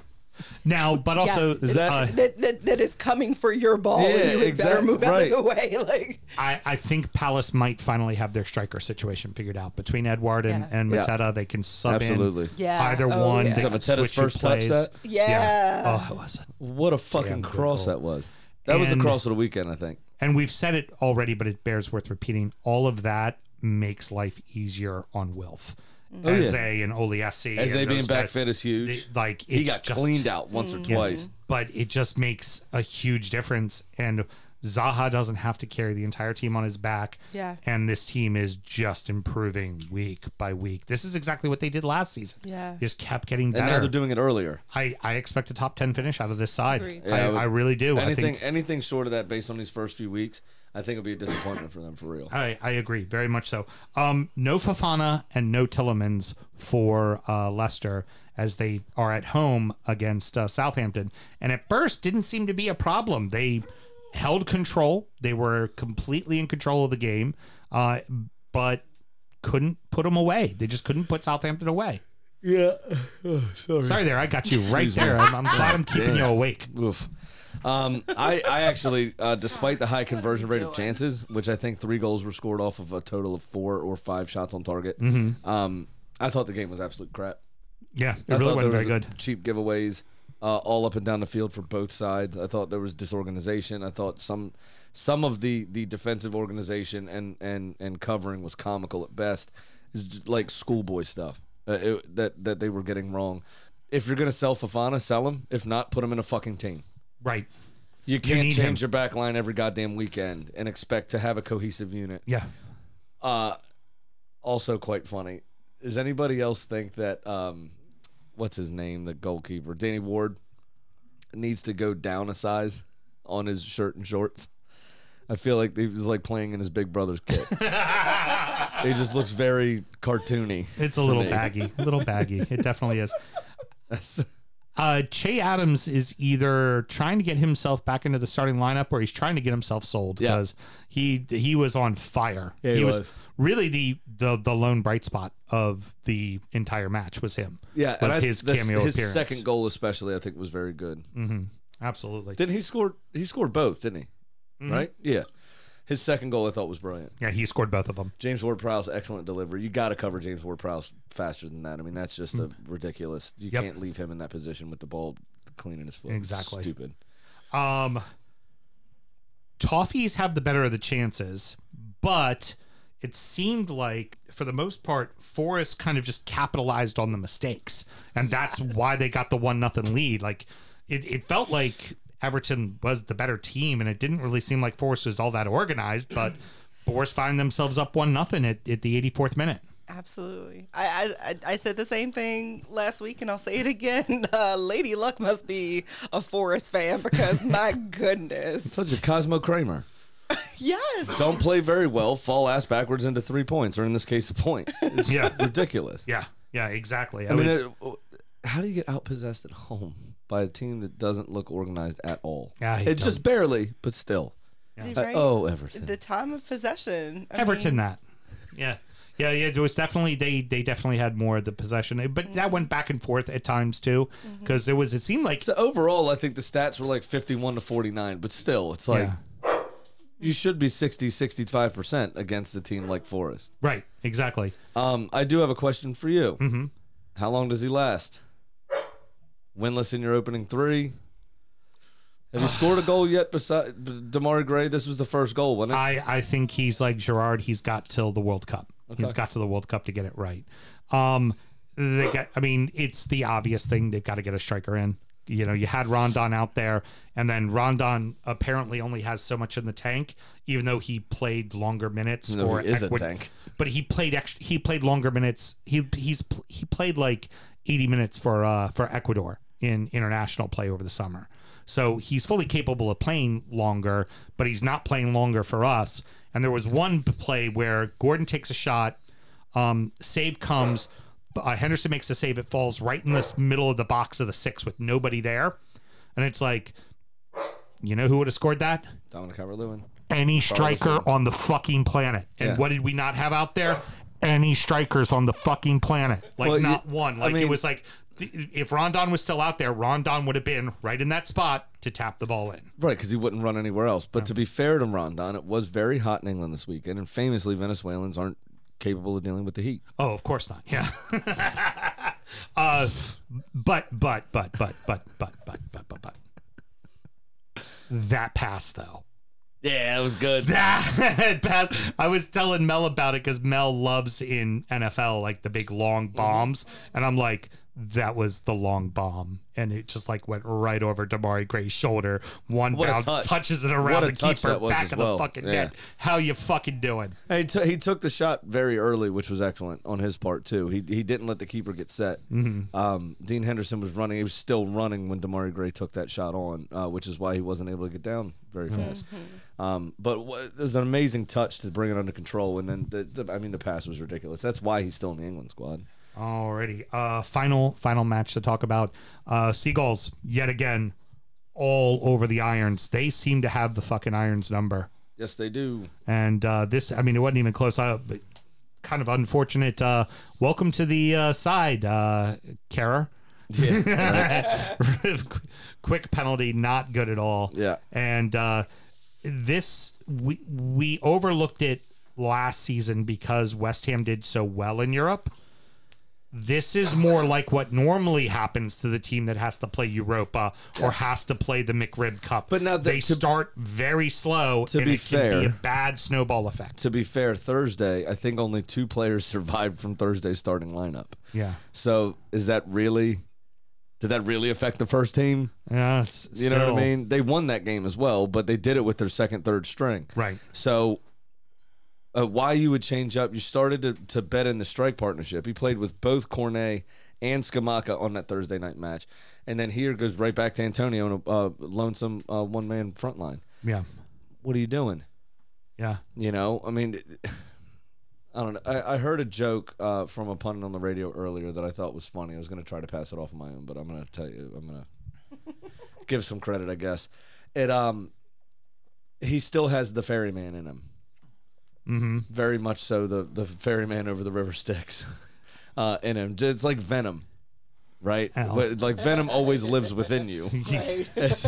Speaker 3: Now, but also
Speaker 2: Is that-
Speaker 3: uh,
Speaker 7: that, that that is coming for your ball, and
Speaker 2: Yeah,
Speaker 7: you would better
Speaker 2: exact-
Speaker 7: move out
Speaker 2: right.
Speaker 7: of the way. Like,
Speaker 3: I, I think Palace might finally have their striker situation figured out between Edward and,
Speaker 7: Yeah.
Speaker 3: and
Speaker 2: Yeah.
Speaker 3: Mateta. They can sub
Speaker 2: Absolutely.
Speaker 3: in
Speaker 7: Yeah.
Speaker 3: either
Speaker 7: Oh,
Speaker 3: one.
Speaker 7: yeah.
Speaker 3: They
Speaker 7: Is
Speaker 2: that
Speaker 3: can
Speaker 2: Mateta's
Speaker 3: switch
Speaker 2: first touch
Speaker 3: plays.
Speaker 2: that?
Speaker 7: Yeah.
Speaker 3: Oh, it was a-
Speaker 2: What a fucking
Speaker 3: Damn good
Speaker 2: cross
Speaker 3: goal.
Speaker 2: that was. That was the
Speaker 3: And-
Speaker 2: cross of the weekend, I think.
Speaker 3: and we've said it already, but it bears worth repeating. All of that makes life easier on Wilf.
Speaker 2: Oh, yeah.
Speaker 3: Eze and Oliesi.
Speaker 2: As they
Speaker 3: and
Speaker 2: being
Speaker 3: those
Speaker 2: back
Speaker 3: guys,
Speaker 2: fit is huge.
Speaker 3: they- like,
Speaker 2: he
Speaker 3: it's
Speaker 2: got
Speaker 3: just-
Speaker 2: cleaned out once or
Speaker 3: Mm. Yeah.
Speaker 2: twice.
Speaker 3: But it just makes a huge difference. And Zaha doesn't have to carry the entire team on his back.
Speaker 7: Yeah.
Speaker 3: And this team is just improving week by week. This is exactly what they did last season.
Speaker 7: Yeah.
Speaker 3: Just kept getting
Speaker 2: And now
Speaker 3: better.
Speaker 2: they're doing it earlier.
Speaker 3: I, I expect a top 10 finish out of this side.
Speaker 7: Agreed.
Speaker 2: Yeah,
Speaker 3: I,
Speaker 2: I would-
Speaker 3: I really do. I
Speaker 2: Anything
Speaker 3: think
Speaker 2: anything short of that based on these first few weeks, I think it'll be a disappointment for them for real.
Speaker 3: I, I agree very much so. Um, no Fafana and no Tillemans for uh, Leicester as they are at home against uh, Southampton, and at first didn't seem to be a problem. They held control; they were completely in control of the game, uh, but couldn't put them away. They just couldn't put Southampton away.
Speaker 2: Yeah. Oh, sorry.
Speaker 3: Sorry, there, I got you right
Speaker 2: Excuse me.
Speaker 3: there. I'm, I'm glad I'm keeping you
Speaker 2: Damn.
Speaker 3: awake.
Speaker 2: Oof. Um, I, I actually, uh, despite the high conversion rate of chances, which I think three goals were scored off of a total of four or five shots on target,
Speaker 3: Mm-hmm.
Speaker 2: um, I thought the game was absolute crap.
Speaker 3: Yeah, it
Speaker 2: I
Speaker 3: really
Speaker 2: thought
Speaker 3: wasn't
Speaker 2: there
Speaker 3: very
Speaker 2: was
Speaker 3: good.
Speaker 2: Cheap giveaways, uh, all up and down the field for both sides. I thought there was disorganization. I thought some some of the the defensive organization and and and covering was comical at best, It's just like schoolboy stuff uh, it, that that they were getting wrong. If you're gonna sell Fafana, sell him. If not, put him in a fucking team.
Speaker 3: Right.
Speaker 2: You can't
Speaker 3: need
Speaker 2: change
Speaker 3: him.
Speaker 2: your back line every goddamn weekend and expect to have a cohesive unit.
Speaker 3: Yeah.
Speaker 2: Uh, also quite funny. Does anybody else think that um, what's his name, the goalkeeper, Danny Ward, needs to go down a size on his shirt and shorts? I feel like he was like playing in his big brother's kit. he just looks very cartoony.
Speaker 3: It's a
Speaker 2: to
Speaker 3: little
Speaker 2: me.
Speaker 3: baggy, a little baggy. It definitely is. Uh, Che Adams is either trying to get himself back into the starting lineup or he's trying to get himself sold because he he was on fire.
Speaker 2: Yeah, he was.
Speaker 3: really the, the the lone bright spot of the entire match was him.
Speaker 2: Yeah,
Speaker 3: was
Speaker 2: I-
Speaker 3: his
Speaker 2: the-
Speaker 3: cameo
Speaker 2: his
Speaker 3: appearance.
Speaker 2: second goal especially, I think, was very good.
Speaker 3: hmm Absolutely.
Speaker 2: Didn't he score? He scored both, didn't he?
Speaker 3: Mhm.
Speaker 2: Right? Yeah. His second goal, I thought, was brilliant.
Speaker 3: Yeah, he scored both of them.
Speaker 2: James Ward Prowse, excellent delivery. You got to cover James Ward Prowse faster than that. I mean, that's just a ridiculous. You
Speaker 3: Mm. Yep.
Speaker 2: can't leave him in that position with the ball cleaning his foot.
Speaker 3: Exactly.
Speaker 2: Stupid.
Speaker 3: Um, Toffees have the better of the chances, but it seemed like, for the most part, Forrest kind of just capitalized on the mistakes, and that's why they got the one nothing lead. Like it, it felt like Everton was the better team, and it didn't really seem like Forrest was all that organized. But Forrest find themselves up one nothing at, at the eighty fourth minute.
Speaker 7: Absolutely. I, I I- I said the same thing last week, and I'll say it again. Uh, Lady Luck must be a Forest fan because my goodness,
Speaker 2: Told you, Cosmo Kramer.
Speaker 7: yes.
Speaker 2: Don't play very well, fall ass backwards into three points, or in this case, a point. It's
Speaker 3: Yeah.
Speaker 2: ridiculous.
Speaker 3: Yeah, yeah, exactly.
Speaker 2: I mean,
Speaker 3: it's-
Speaker 2: it- how do you get outpossessed at home by a team that doesn't look organized at all?
Speaker 3: Yeah, you
Speaker 2: it just barely, but still. Uh,
Speaker 7: Right?
Speaker 2: oh, Everton.
Speaker 7: The time of possession. I
Speaker 3: Everton
Speaker 7: mean,
Speaker 3: that. Yeah. Yeah, yeah, it was definitely they they definitely had more of the possession, but that went back and forth at times too because it was it seemed like
Speaker 2: So overall, I think the stats were like 51 to 49, but still, it's like you should be 60, 65% against a team like Forest.
Speaker 3: right exactly
Speaker 2: Um, I do have a question for you. Mm-hmm. How long does he last? Winless in your opening three. Have you scored a goal yet besides Damari Gray? This was the first goal, wasn't it?
Speaker 3: I I think he's like Gerard. He's got till the World Cup. He's got to the World Cup to get it right. Um, they got. I mean, it's the obvious thing. They've got to get a striker in. You know, you had Rondon out there, and then Rondon apparently only has so much in the tank, even though he played longer minutes.
Speaker 2: No,
Speaker 3: for
Speaker 2: he is a
Speaker 3: Ecuador-
Speaker 2: tank.
Speaker 3: But he played extra. He played longer minutes. He he's pl- he played like eighty minutes for uh for Ecuador in international play over the summer. So he's fully capable of playing longer, but he's not playing longer for us. And there was one p- play where Gordon takes a shot, um, save comes, uh, Henderson makes the save. It falls right in the middle of the box of the six with nobody there, and it's like, you know who would have scored that?
Speaker 2: Dominic Howard Lewin.
Speaker 3: Any striker on the fucking planet. And
Speaker 2: Yeah.
Speaker 3: what did we not have out there? Any strikers on the fucking planet. Like
Speaker 2: Well, you-
Speaker 3: not one.
Speaker 2: I
Speaker 3: Like it
Speaker 2: mean-
Speaker 3: was like th- if Rondon was still out there, Rondon would have been right in that spot to tap the ball in.
Speaker 2: Right, because he wouldn't run anywhere else. But to be fair to Rondon, it was very hot in England this weekend, and famously, Venezuelans aren't capable of dealing with the heat.
Speaker 3: Oh, of course not. Yeah. uh, but but but but but but but but but but that pass though.
Speaker 2: Yeah, it was good.
Speaker 3: That pass. I was telling Mel about it because Mel loves in NFL like the big
Speaker 2: Mm-hmm.
Speaker 3: long bombs, and I'm like, that was the long bomb, and it just like went right over Damari Gray's shoulder. One
Speaker 2: What a
Speaker 3: bounce
Speaker 2: touch.
Speaker 3: touches it
Speaker 2: What
Speaker 3: around
Speaker 2: a
Speaker 3: the
Speaker 2: touch
Speaker 3: keeper
Speaker 2: that was
Speaker 3: back
Speaker 2: as
Speaker 3: of
Speaker 2: well.
Speaker 3: the fucking
Speaker 2: Yeah.
Speaker 3: net. How you fucking doing?
Speaker 2: And he, took he took the shot very early, which was excellent on his part too. He he didn't let the keeper get set. Um, Dean Henderson was running; he was still running when Damari Gray took that shot on, uh, which is why he wasn't able to get down very fast. Um, but wha- it was an amazing touch to bring it under control, and then the, the I mean the pass was ridiculous. That's why he's still in the England squad.
Speaker 3: Alrighty. Uh, final final match to talk about. Uh, Seagulls yet again, all over the irons. They seem to have the fucking irons number.
Speaker 2: Yes, they do.
Speaker 3: And uh, this, I mean, it wasn't even close. I, but kind of unfortunate. Uh, welcome to the uh, side, uh, Kara. Yeah. Quick penalty, not good at all.
Speaker 2: Yeah.
Speaker 3: And uh, this, we, we overlooked it last season because West Ham did so well in Europe. This is more like what normally happens to the team that has to play Europa or has to play the McRib Cup.
Speaker 2: But now that-
Speaker 3: they
Speaker 2: to-
Speaker 3: start very slow
Speaker 2: To be
Speaker 3: it can be
Speaker 2: fair-
Speaker 3: a bad snowball effect.
Speaker 2: To be fair, Thursday I think only two players survived from Thursday's starting lineup.
Speaker 3: Yeah.
Speaker 2: So is that really Did that really affect the first team?
Speaker 3: Yeah,
Speaker 2: you know what I
Speaker 3: still-
Speaker 2: mean. They won that game as well, but they did it with their second, third string.
Speaker 3: Right.
Speaker 2: So, uh, why you would change up? You started to, to bet in the strike partnership. He played with both Cornet and Skamaka on that Thursday night match, and then here goes right back to Antonio and a uh, lonesome uh, one man front line.
Speaker 3: Yeah.
Speaker 2: What are you doing?
Speaker 3: Yeah.
Speaker 2: You know, I mean, I don't know. I, I heard a joke uh, from a pundit on the radio earlier that I thought was funny. I was going to try to pass it off on my own, but I'm going to tell you, I'm going to give some credit, I guess. It um, he still has the ferryman in him,
Speaker 3: Mm-hmm.
Speaker 2: very much so the the ferryman over the river Styx, uh, in him. It's like Venom, right?
Speaker 3: Ow.
Speaker 2: But like Venom always lives within you, It's-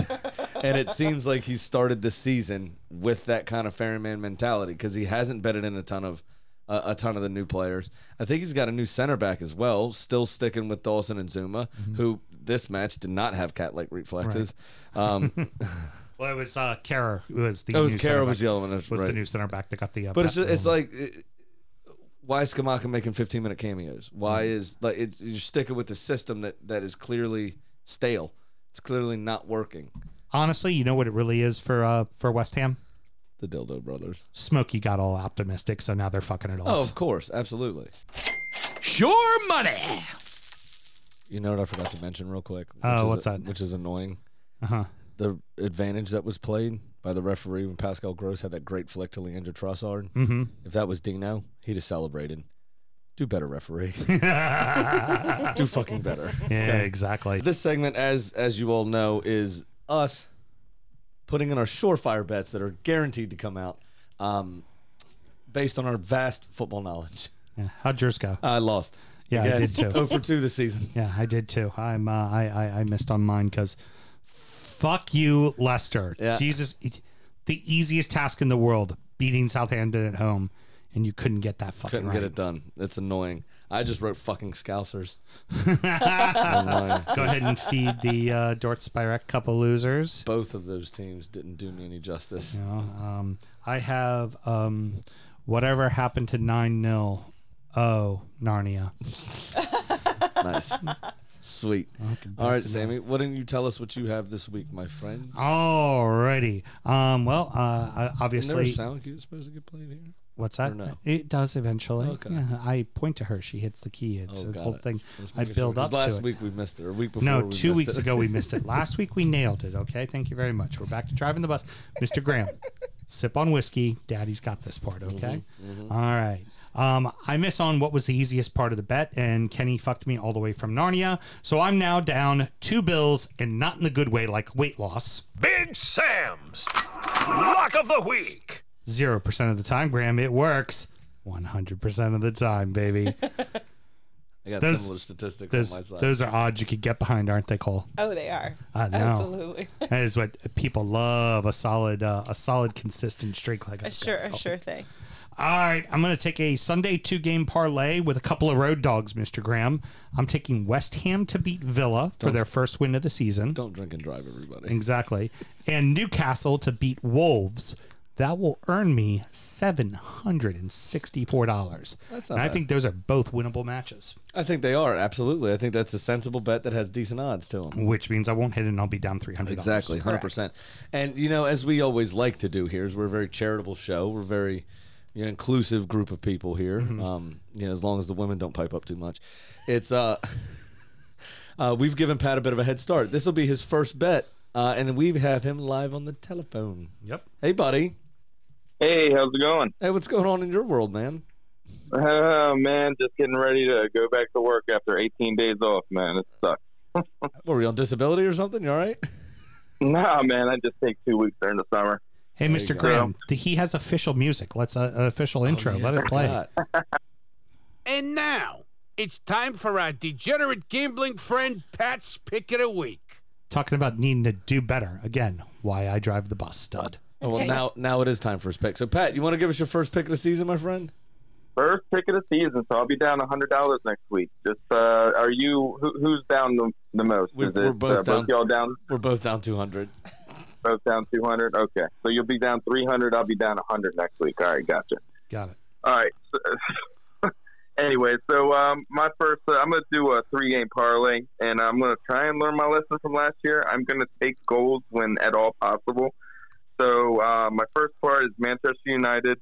Speaker 2: and it seems like he started the season with that kind of ferryman mentality because he hasn't betted in a ton of uh, a ton of the new players. I think he's got a new center back as well, still sticking with Dawson and Zuma,
Speaker 3: Mm-hmm.
Speaker 2: who this match did not have cat like reflexes. Um,
Speaker 3: Well, it was uh, Kara who was the
Speaker 2: It was
Speaker 3: new
Speaker 2: Kara
Speaker 3: center
Speaker 2: was
Speaker 3: back-
Speaker 2: the other one, that's
Speaker 3: was the
Speaker 2: right.
Speaker 3: new center back that got the. Uh,
Speaker 2: but it's
Speaker 3: bat-
Speaker 2: just, it's like. It, why is Kamaka making 15 minute cameos? Why is like it, you're sticking with the system that, that is clearly stale? It's clearly not working.
Speaker 3: honestly, you know what it really is for uh, for West Ham.
Speaker 2: The Dildo Brothers.
Speaker 3: Smokey got all optimistic, so now they're fucking it off.
Speaker 2: Oh, of course, absolutely.
Speaker 11: Sure money.
Speaker 2: You know what I forgot to mention real quick? which
Speaker 3: Oh,
Speaker 2: is
Speaker 3: what's
Speaker 2: a-
Speaker 3: that?
Speaker 2: Which is annoying.
Speaker 3: Uh-huh.
Speaker 2: The advantage that was played by the referee when Pascal Gross had that great flick to Leandro Trossard.
Speaker 3: Mhm.
Speaker 2: If that was Dino, he'd have celebrated. Do better, referee. Do fucking better.
Speaker 3: Yeah, exactly.
Speaker 2: This segment, as as you all know, is us putting in our surefire bets that are guaranteed to come out, um, based on our vast football knowledge.
Speaker 3: Yeah. How'd yours go?
Speaker 2: I lost.
Speaker 3: Yeah, I
Speaker 2: Again,
Speaker 3: did too.
Speaker 2: 0 for two this season.
Speaker 3: Yeah, I did too. I'm uh, I, I I missed on mine because fuck you, Lester.
Speaker 2: Yeah.
Speaker 3: Jesus, it- the easiest task in the world, beating Southampton at home, and you couldn't get that fucking
Speaker 2: Couldn't
Speaker 3: right.
Speaker 2: get it done. It's annoying. I just wrote fucking Scousers.
Speaker 3: Go ahead and feed the uh, Dort Spirek couple losers.
Speaker 2: Both of those teams didn't do me any justice.
Speaker 3: You know, um, I have um, whatever happened to nine 0 Oh, Narnia.
Speaker 2: nice. Sweet. All right, Sammy, why don't you tell us what you have this week, my friend?
Speaker 3: Alrighty. Um, well, uh, I-
Speaker 2: Isn't there a
Speaker 3: obviously,
Speaker 2: sound cue supposed to get played here?
Speaker 3: What's that?
Speaker 2: Or no?
Speaker 3: It does eventually.
Speaker 2: Okay.
Speaker 3: Yeah, I point to her. She hits the key. It's
Speaker 2: Oh,
Speaker 3: the
Speaker 2: got
Speaker 3: whole
Speaker 2: it.
Speaker 3: thing.
Speaker 2: Just
Speaker 3: I
Speaker 2: making
Speaker 3: build
Speaker 2: sure, 'cause
Speaker 3: up
Speaker 2: Last
Speaker 3: to it.
Speaker 2: week we missed it. Or week before.
Speaker 3: no,
Speaker 2: we
Speaker 3: two
Speaker 2: missed
Speaker 3: weeks ago we missed it. Last week we nailed it. Okay, thank you very much. We're back to driving the bus. Mr. Graham, sip on whiskey. Daddy's got this part.
Speaker 2: Mm-hmm,
Speaker 3: Okay. All right. Um, I miss on what was the easiest part of the bet, and Kenny fucked me all the way from Narnia. So I'm now down two bills, and not in the good way, like weight loss.
Speaker 11: Big Sam's Lock of the Week.
Speaker 3: Zero percent of the time, Graham, it works. One hundred percent of the time, baby.
Speaker 2: I got similar statistics
Speaker 3: those,
Speaker 2: on my side.
Speaker 3: Those are odds you could get behind, aren't they, Cole?
Speaker 7: Oh, they are.
Speaker 3: I know.
Speaker 7: Absolutely.
Speaker 3: that is what people love a solid, uh, a solid, consistent streak like
Speaker 7: A sure, a sure thing.
Speaker 3: All right, I'm going to take a Sunday two game parlay with a couple of road dogs, Mr. Graham. I'm taking West Ham to beat Villa for their first win of the season.
Speaker 2: Don't drink and drive, everybody.
Speaker 3: Exactly. And Newcastle to beat Wolves. That will earn me $764.
Speaker 2: That's not
Speaker 3: and I
Speaker 2: bad.
Speaker 3: think those are both winnable matches,
Speaker 2: I think they are, absolutely. I think that's a sensible bet that has decent odds to them.
Speaker 3: which means I won't hit it and I'll be down $300.
Speaker 2: Exactly, hundred percent. And you know, as we always like to do here, is we're a very charitable show. We're a very you know, inclusive group of people here.
Speaker 3: Mm-hmm.
Speaker 2: Um, you know, as long as the women don't pipe up too much, it's uh, uh, we've given Pat a bit of a head start. This will be his first bet, uh, and we have him live on the telephone.
Speaker 3: Yep.
Speaker 2: Hey, buddy.
Speaker 12: Hey, how's it going?
Speaker 2: Hey, what's going on in your world, man?
Speaker 12: Oh man, just getting ready to go back to work after 18 days off, man. It sucks.
Speaker 2: Were you on disability or something? You all right?
Speaker 12: Nah, man, I just take two weeks during the summer.
Speaker 3: Hey,
Speaker 12: There you
Speaker 3: Mr.
Speaker 12: go. Oh,
Speaker 3: Graham, th- he has official music. Let's uh, uh, official intro. Let it play.
Speaker 11: And now it's time for our degenerate gambling friend Pat's pick of the week.
Speaker 3: Talking about needing to do better again. Why I drive the bus, stud.
Speaker 2: Oh, well, now now it is time for his pick. So, Pat, you want to give us your first pick of the season, my friend?
Speaker 12: First pick of the season, so I'll be down $100 next week. Just, uh, are you? Who, who's down the, the most?
Speaker 2: We-
Speaker 12: Is
Speaker 2: we're
Speaker 12: it,
Speaker 2: both
Speaker 12: uh, both
Speaker 2: down.
Speaker 12: y'all down.
Speaker 2: We're both down two hundred.
Speaker 12: Both down 200. Okay, so you'll be down 300. I'll be down 100 next week. All right, gotcha.
Speaker 3: Got it.
Speaker 12: All right. so- anyway, so um, my first, uh, I'm going to do a three game parlay, and I'm going to try and learn my lesson from last year. I'm going to take goals when at all possible. So uh, my first part is Manchester United.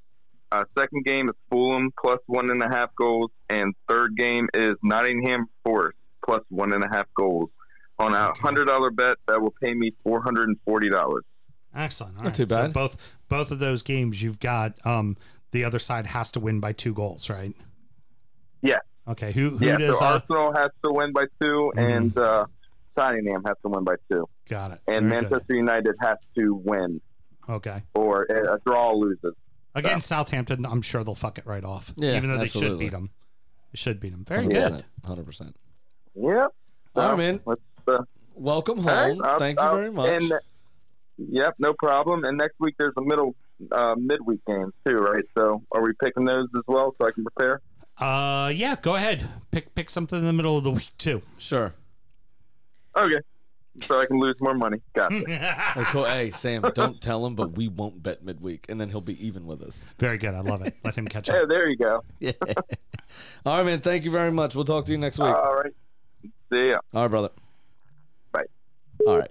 Speaker 12: Uh, second game is Fulham plus one and a half goals, and third game is Nottingham Forest plus one and a half goals. On a hundred dollar bet, that will pay me four hundred and forty dollars.
Speaker 3: Excellent. All
Speaker 12: Not too
Speaker 3: so
Speaker 12: bad.
Speaker 3: both both of those games, you've got um, the other side has to win by two goals, right?
Speaker 12: Yeah.
Speaker 3: Okay. Who who
Speaker 12: yeah,
Speaker 3: does?
Speaker 12: so
Speaker 3: uh,
Speaker 12: Arsenal has to win by 2 and uh, Nottingham has to win by two,
Speaker 3: got it.
Speaker 12: and
Speaker 3: Very good.
Speaker 12: Manchester United has to win
Speaker 3: Okay.
Speaker 12: or a, a draw loses.
Speaker 3: Again, Southampton, I'm sure they'll fuck it right off.
Speaker 2: Yeah,
Speaker 3: even though they should
Speaker 2: absolutely.
Speaker 3: beat them. They should beat them. Very
Speaker 2: 100%,
Speaker 3: good.
Speaker 2: 100%.
Speaker 12: Yep. uh,
Speaker 2: All right, man. Welcome home.
Speaker 12: All right, I'll-
Speaker 2: Thank you
Speaker 12: I'll-
Speaker 2: very much.
Speaker 12: and- yep, no problem. And next week there's a middle uh, midweek game too, right? So are we picking those as well so I can prepare?
Speaker 3: Uh, yeah. Go ahead. Pick pick something in the middle of the week too.
Speaker 2: Sure.
Speaker 12: Okay. So I can lose more money. Gotcha.
Speaker 2: Hey, cool. Hey, Sam, don't tell him, but we won't bet midweek, and then he'll be even with us.
Speaker 3: Very good. I love it. Let him catch
Speaker 12: yeah, there you go.
Speaker 2: Yeah. All right, man. Thank you very much. We'll talk to you next week.
Speaker 12: All right. See ya.
Speaker 2: All right, brother.
Speaker 12: Uh, Bye.
Speaker 2: All right.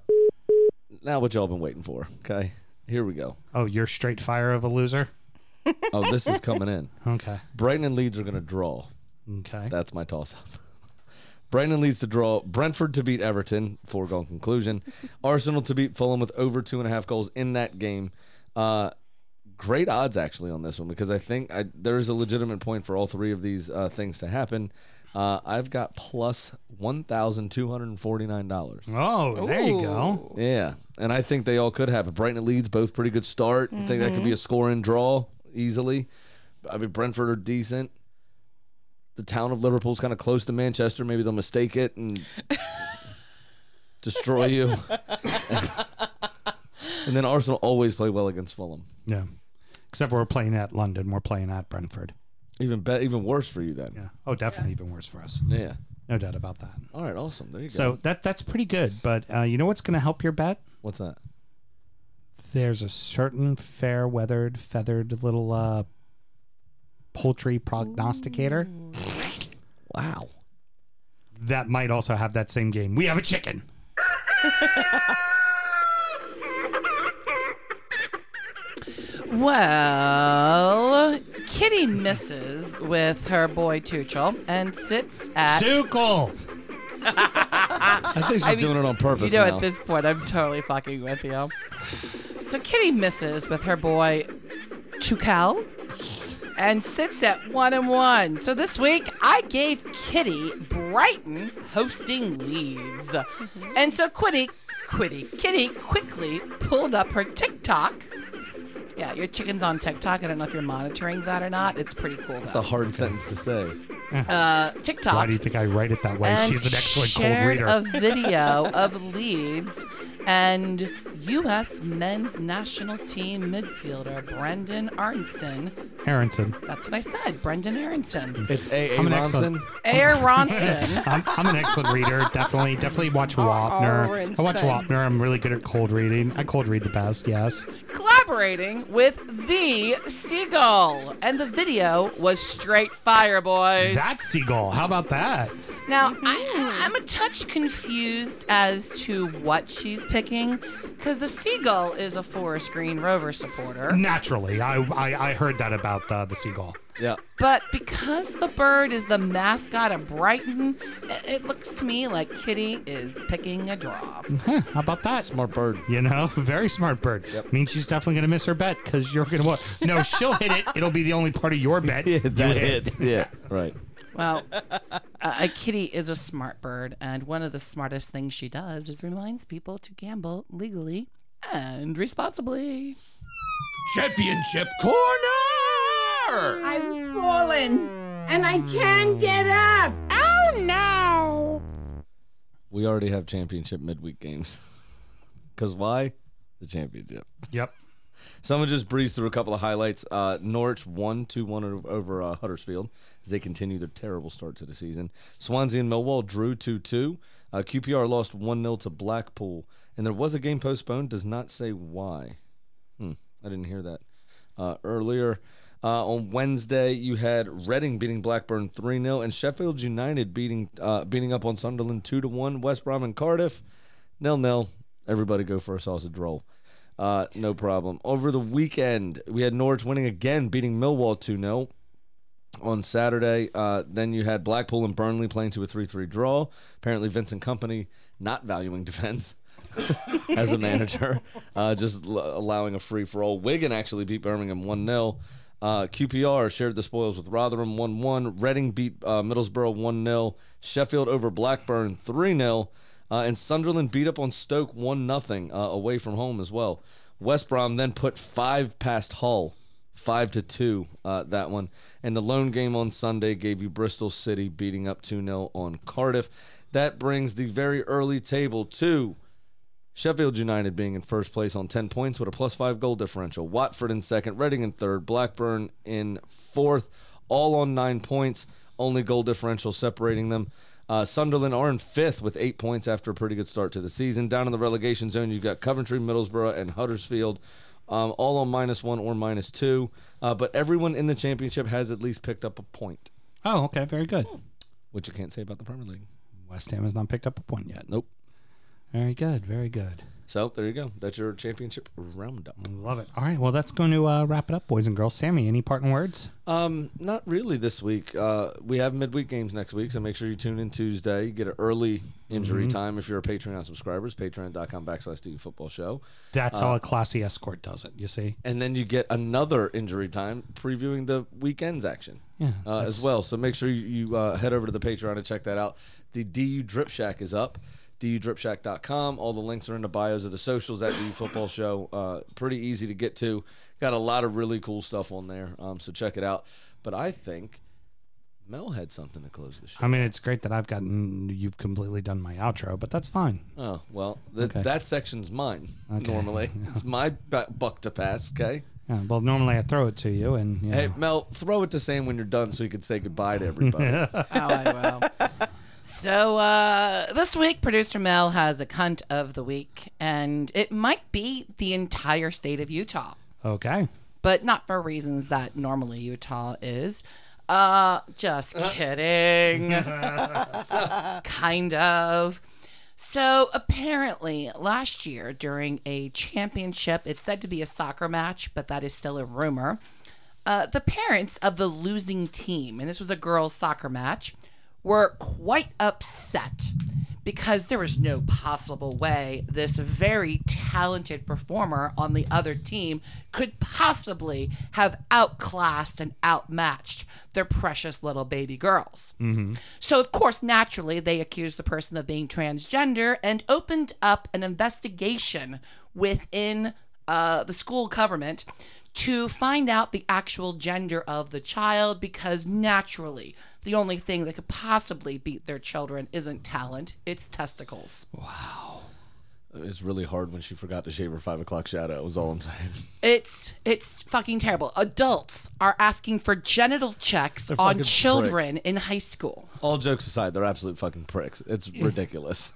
Speaker 2: Now, what y'all been waiting for? Okay. Here we go.
Speaker 3: Oh, you're straight fire of a loser.
Speaker 2: Oh, this is coming in.
Speaker 3: Okay.
Speaker 2: Brighton and Leeds are going to draw.
Speaker 3: Okay.
Speaker 2: That's my toss up. Brighton and Leeds to draw. Brentford to beat Everton. Foregone conclusion. Arsenal to beat Fulham with over two and a half goals in that game. Uh, great odds actually on this one because I think I, there is a legitimate point for all three of these uh, things to happen. Uh, I've got plus one thousand two hundred and forty nine dollars.
Speaker 3: Oh, there you go.
Speaker 2: Yeah, and I think they all could happen. Brighton and Leeds both pretty good start. I think that could be a score and draw easily. I mean Brentford are decent. The town of Liverpool's kind of close to Manchester. Maybe they'll mistake it and destroy you. and then Arsenal always play well against Fulham.
Speaker 3: Yeah. Except we're playing at London. We're playing at Brentford.
Speaker 2: Even bet even worse for you then.
Speaker 3: Yeah. Oh, definitely even worse for us.
Speaker 2: Yeah.
Speaker 3: No doubt about that.
Speaker 2: All right, awesome. There you
Speaker 3: So
Speaker 2: go.
Speaker 3: that that's pretty good. But uh, you know what's going to help your bet?
Speaker 2: What's that?
Speaker 3: There's a certain fair weathered, feathered little uh, poultry prognosticator.
Speaker 2: Wow.
Speaker 3: That might also have that same game. We have a chicken.
Speaker 6: Well, Kitty misses with her boy Tuchel and sits at.
Speaker 3: Tuchel!
Speaker 6: I
Speaker 2: think she's doing it on purpose
Speaker 6: You know,
Speaker 2: now.
Speaker 6: at this point, I'm totally fucking with you. So Kitty misses with her boy Tuchel and sits at one and one. So this week, I gave Kitty Brighton hosting Leeds. And so Quitty, Quitty, Kitty quickly pulled up her TikTok. Yeah, your chicken's on TikTok. I don't know if you're monitoring that or not. It's pretty cool.
Speaker 2: That's a hard sentence to say.
Speaker 6: Uh, TikTok.
Speaker 3: Why do you think I write it that way?
Speaker 6: And
Speaker 3: She's an excellent cold
Speaker 6: shared
Speaker 3: reader.
Speaker 6: a video of Leeds and U.S. men's national team midfielder Brendan Aronson.
Speaker 3: Aronson.
Speaker 6: That's what I said, Brendan Aronson.
Speaker 2: It's A.A.
Speaker 3: I'm an excellent-
Speaker 2: Ronson.
Speaker 6: Aronson.
Speaker 3: I'm, I'm an excellent reader. Definitely, definitely watch Wapner. I watch
Speaker 6: Aronson.
Speaker 3: Wapner. I'm really good at cold reading. I cold read the best. Yes.
Speaker 6: collaborating with the Seagull. And the video was straight fire, boys.
Speaker 3: That seagull. How about that?
Speaker 6: Now, I,
Speaker 3: Mhm.
Speaker 6: I'm a touch confused as to what she's picking because the Seagull is a Forest Green Rover supporter.
Speaker 3: Naturally, I I, I heard that about the, the seagull.
Speaker 2: Yeah.
Speaker 6: But because the bird is the mascot of Brighton, it, it looks to me like Kitty is picking a draw.
Speaker 3: How about that?
Speaker 2: Smart bird.
Speaker 3: You know, very smart bird. Means she's definitely going to miss her bet because you're going to what? No, she'll hit it. It'll be the only part of your bet. yeah,
Speaker 2: That hits. Yeah. Right.
Speaker 6: Well, a, a kitty is a smart bird, and one of the smartest things she does is reminds people to gamble legally and responsibly.
Speaker 13: Championship corner! I've fallen and I can't get up. Oh no!
Speaker 2: We already have championship midweek games. Because why? The championship.
Speaker 3: Yep.
Speaker 2: So I'm gonna just breeze through a couple of highlights. Uh, Norwich one two one over, over uh, Huddersfield as they continue their terrible start to the season. Swansea and Millwall drew 2 2. Uh, QPR lost 1 0 to Blackpool. And there was a game postponed, does not say why. Hmm, I didn't hear that uh, earlier. Uh, on Wednesday, you had Reading beating Blackburn 3 0 and Sheffield United beating uh, beating up on Sunderland 2 1. West Brom and Cardiff, nil nil. Everybody go for a sausage roll. Uh, no problem. Over the weekend, we had Norwich winning again, beating Millwall 2 0 on Saturday. Uh, then you had Blackpool and Burnley playing to a 3 3 draw. Apparently, Vincent Company not valuing defense as a manager, uh, just l- allowing a free for all. Wigan actually beat Birmingham 1 0. Uh, QPR shared the spoils with Rotherham 1 1. Reading beat uh, Middlesbrough 1 0. Sheffield over Blackburn 3 0. Uh, and Sunderland beat up on Stoke 1 0 uh, away from home as well. West Brom then put five past Hull five to two uh, that one and the lone game on sunday gave you bristol city beating up 2-0 on cardiff that brings the very early table to sheffield united being in first place on 10 points with a plus five goal differential watford in second reading in third blackburn in fourth all on nine points only goal differential separating them uh, Sunderland are in fifth with eight points after a pretty good start to the season. Down in the relegation zone, you've got Coventry, Middlesbrough, and Huddersfield um, all on minus one or minus two. Uh, but everyone in the championship has at least picked up a point,
Speaker 3: Oh, okay, very good.
Speaker 2: which you can't say about the Premier League.
Speaker 3: West Ham has not picked up a point yet.
Speaker 2: Nope.
Speaker 3: Very good, very good.
Speaker 2: So there you go. That's your championship roundup.
Speaker 3: Love it. All right, well, that's going to uh, wrap it up, boys and girls. Sammy, any parting words?
Speaker 2: Um, not really this week. Uh, we have midweek games next week, so make sure you tune in Tuesday. You get an early injury
Speaker 3: Mhm.
Speaker 2: time if you're a Patreon subscribers. Patreon.com backslash DU Football Show.
Speaker 3: That's
Speaker 2: Uh,
Speaker 3: how a classy escort does it, you see?
Speaker 2: and then you get another injury time previewing the weekend's action
Speaker 3: Yeah,
Speaker 2: uh, as well. So make sure you, you uh, head over to the Patreon and check that out. The DU Drip Shack is up. DUDripShack.com. All the links are in the bios of the socials at DU Football Show. Uh, pretty easy to get to. Got a lot of really cool stuff on there. Um, so check it out. But I think Mel had something to close the show.
Speaker 3: I mean, it's great that I've gotten, you've completely done my outro, but that's fine.
Speaker 2: Oh, well, th-
Speaker 3: Okay.
Speaker 2: that section's mine
Speaker 3: Okay.
Speaker 2: normally. It's my ba- buck to pass, okay?
Speaker 3: Yeah, well, normally I throw it to you, and you
Speaker 2: Hey,
Speaker 3: know.
Speaker 2: Mel, throw it to Sam when you're done so he can say goodbye to everybody.
Speaker 6: So uh, this week, producer Mel has a cunt of the week, and it might be the entire state of Utah,
Speaker 3: okay.
Speaker 6: but not for reasons that normally Utah is. Uh, just kidding. kind of. So apparently, last year during a championship, it's said to be a soccer match, but that is still a rumor. Uh, the parents of the losing team, and this was a girls' soccer match, were quite upset because there was no possible way this very talented performer on the other team could possibly have outclassed and outmatched their precious little baby girls.
Speaker 13: Mm-hmm.
Speaker 6: So, of course, naturally, they accused the person of being transgender and opened up an investigation within uh, the school government to find out the actual gender of the child because naturally, the only thing that could possibly beat their children isn't talent, it's testicles.
Speaker 2: it's really hard when she forgot to shave her five o'clock shadow. Was all I'm saying.
Speaker 6: It's it's fucking terrible. Adults are asking for genital checks
Speaker 2: They're
Speaker 6: on
Speaker 2: fucking
Speaker 6: children
Speaker 2: pricks.
Speaker 6: in high school.
Speaker 2: All jokes aside, they're absolute fucking pricks. It's ridiculous.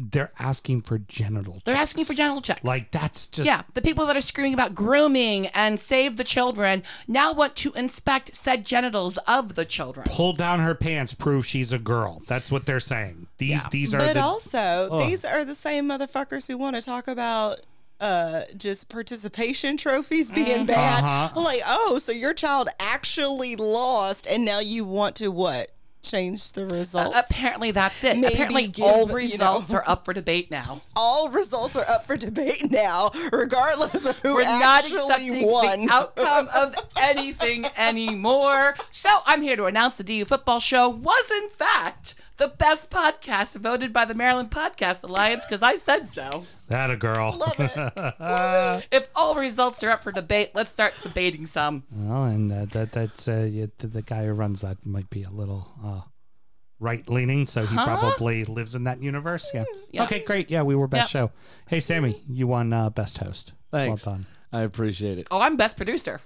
Speaker 3: They're asking for genital.
Speaker 6: They're asking for genital checks.
Speaker 3: Like, that's just.
Speaker 6: yeah, the people that are screaming about grooming and save the children now want to inspect said genitals of the children.
Speaker 3: Pull down her pants, prove she's a girl. That's what they're saying. These, these are.
Speaker 7: But
Speaker 3: the, Oh.
Speaker 7: also,
Speaker 3: Ugh.
Speaker 7: these are the same motherfuckers who want to talk about uh just participation trophies being bad.
Speaker 3: Mm. Uh-huh.
Speaker 7: Like, oh, so your child actually lost and now you want to what? Change the results.
Speaker 6: Apparently, that's it.
Speaker 7: Maybe
Speaker 6: Apparently,
Speaker 7: give,
Speaker 6: all
Speaker 7: you
Speaker 6: results
Speaker 7: know.
Speaker 6: are up for debate now.
Speaker 7: all results are up for debate now, regardless of who
Speaker 6: We're not
Speaker 7: actually
Speaker 6: accepting
Speaker 7: won.
Speaker 6: the outcome of anything anymore. So I'm here to announce the DU Football Show was, in fact, the best podcast voted by the Maryland Podcast Alliance because I said so.
Speaker 3: That a girl.
Speaker 6: If all results are up for debate, let's start debating some.
Speaker 3: Well, and uh, that that's uh, yeah, the, the guy who runs that might be a little uh, right leaning, so he
Speaker 6: Huh? Mm,
Speaker 3: probably lives in that universe. Yeah.
Speaker 6: Yeah.
Speaker 3: Okay, great. Yeah, we were best
Speaker 6: Yeah.
Speaker 3: show. Hey, Sammy, you won uh, best host.
Speaker 2: Thanks.
Speaker 3: Well done.
Speaker 2: I appreciate it.
Speaker 6: Oh, I'm best producer.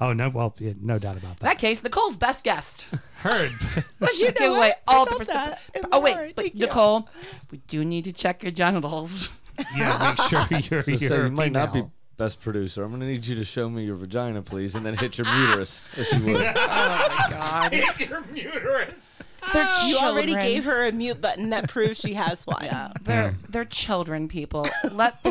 Speaker 3: Oh no, well, yeah, no doubt about
Speaker 6: In
Speaker 3: that.
Speaker 6: that case, Nicole's best guest.
Speaker 3: Heard.
Speaker 6: Let's just give away all the precip- Oh wait, but Nicole, we do need to check your genitals.
Speaker 3: yeah, make sure you're.
Speaker 2: So, so
Speaker 3: you're
Speaker 2: you might not be Best producer, I'm going to need you to show me your vagina, please, and then hit your uterus, if you would.
Speaker 6: Oh, God.
Speaker 13: Your uterus.
Speaker 7: Oh, you already
Speaker 6: children.
Speaker 7: gave her a mute button that proves she has one. Yeah,
Speaker 6: they're they're children, people. Let the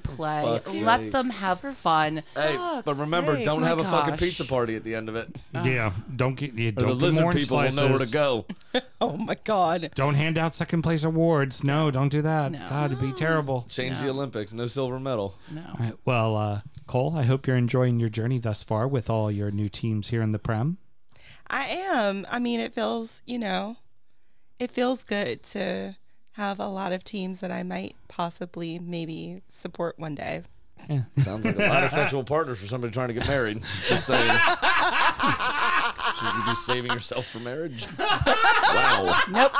Speaker 6: play.
Speaker 2: Fuck's
Speaker 6: Let
Speaker 2: sake.
Speaker 6: them have fun.
Speaker 2: Hey, but remember, don't have a fucking pizza party at the end of it.
Speaker 3: Yeah, don't get yeah,
Speaker 2: Or
Speaker 3: don't
Speaker 2: the
Speaker 3: give 'em
Speaker 2: lizard
Speaker 3: orange
Speaker 2: people will know where to
Speaker 3: slices.
Speaker 2: go.
Speaker 7: oh my god!
Speaker 3: Don't hand out second place awards. No, don't do that. God, it'd be terrible.
Speaker 2: Change the Olympics, no silver medal.
Speaker 6: No.
Speaker 3: All right, well, uh, Cole, I hope you're enjoying your journey thus far with all your new teams here in the Prem.
Speaker 7: I am. I mean, it feels, you know, it feels good to have a lot of teams that I might possibly maybe support one day.
Speaker 2: Sounds like a lot of sexual partners for somebody trying to get married. Just saying. Should you be saving yourself for marriage? Wow.
Speaker 6: Nope.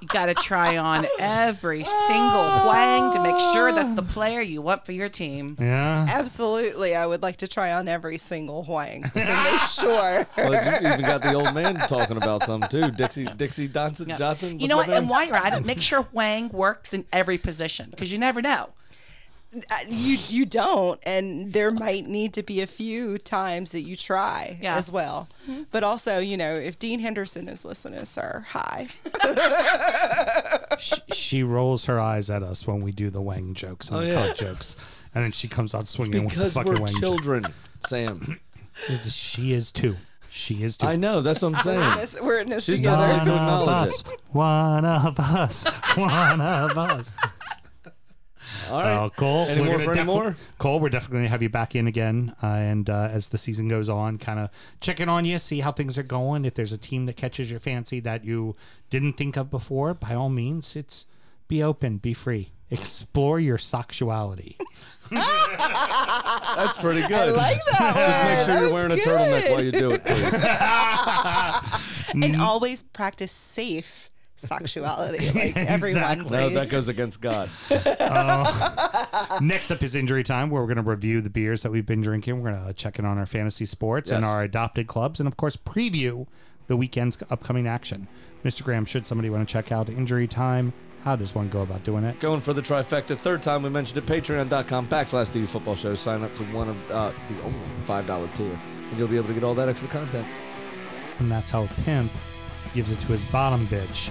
Speaker 6: You gotta try on every single wang to make sure that's the player you want for your team.
Speaker 3: Yeah.
Speaker 7: Absolutely. I would like to try on every single Huang to make sure.
Speaker 2: Well, you even got the old man talking about some too. Dixie Dixie Johnson
Speaker 6: Yeah.
Speaker 2: Johnson.
Speaker 6: you know what?
Speaker 2: what's
Speaker 6: And
Speaker 2: her
Speaker 6: while you're at it, make sure Wang works in every position because you never know.
Speaker 7: Uh, you you don't and there might need to be a few times that you try
Speaker 6: Yeah.
Speaker 7: as well but also you know if dean henderson is listening sir hi
Speaker 3: She rolls her eyes at us when we do the Wang jokes and
Speaker 2: Oh,
Speaker 3: the
Speaker 2: yeah.
Speaker 3: cock jokes, and then she comes out swinging
Speaker 2: name? Because
Speaker 3: with the fucking
Speaker 2: we're
Speaker 3: Wang joke.
Speaker 2: children, Sam.
Speaker 3: She is too. She is too.
Speaker 2: I know. That's what I'm
Speaker 7: We're in
Speaker 2: saying.
Speaker 7: this- we're in this
Speaker 2: She's not
Speaker 7: together.
Speaker 2: willing to
Speaker 3: One of
Speaker 2: acknowledge
Speaker 3: us.
Speaker 2: it.
Speaker 3: One of us. One of us.
Speaker 2: All right.
Speaker 3: Uh, Cole,
Speaker 2: Any
Speaker 3: we're
Speaker 2: more
Speaker 3: gonna
Speaker 2: for any
Speaker 3: defi-
Speaker 2: more?
Speaker 3: Cole, we're definitely going to have you back in again. Uh, and uh, as the season goes on, kind of check in on you, see how things are going. If there's a team that catches your fancy that you didn't think of before, by all means, it's be open, be free. Explore your sexuality.
Speaker 2: That's pretty good.
Speaker 7: I like that
Speaker 2: Just make sure
Speaker 7: word. That
Speaker 2: you're wearing
Speaker 7: was
Speaker 2: a turtleneck
Speaker 7: good.
Speaker 2: while you do it, please.
Speaker 7: and always practice safe sexuality like everyone
Speaker 2: No,
Speaker 7: please
Speaker 2: that goes against God.
Speaker 3: Next up is injury time, where we're going to review the beers that we've been drinking. We're going to check in on our fantasy sports and
Speaker 2: Yes.
Speaker 3: our adopted clubs, and of course, preview the weekend's upcoming action. Mr. Graham, should somebody want to check out injury time, how does one go about doing it?
Speaker 2: Going for the trifecta. Third time we mentioned it. Patreon.com backslash DU Football Show. Sign up to one of uh, the only $5 tier, and you'll be able to get all that extra content.
Speaker 3: And that's how a pimp gives it to his bottom bitch.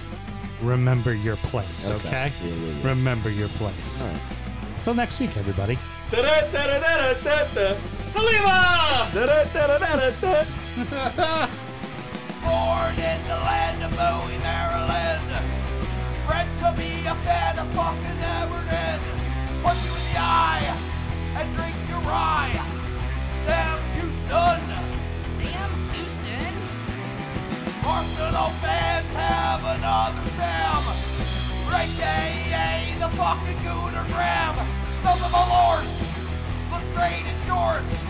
Speaker 3: Remember your place,
Speaker 2: Okay.
Speaker 3: okay?
Speaker 2: Yeah, yeah, yeah.
Speaker 3: Remember your place.
Speaker 2: All right.
Speaker 3: Till next week, everybody.
Speaker 4: Born in the land of Bowie, Maryland. Bred to be a fan of fucking Everton. Punch you in the eye and drink your rye. Sam Houston.
Speaker 5: Sam Houston.
Speaker 4: Arsenal fans have another Sam. Great day, the fucking Gooner Graham. Stump of a lord, but straight and short.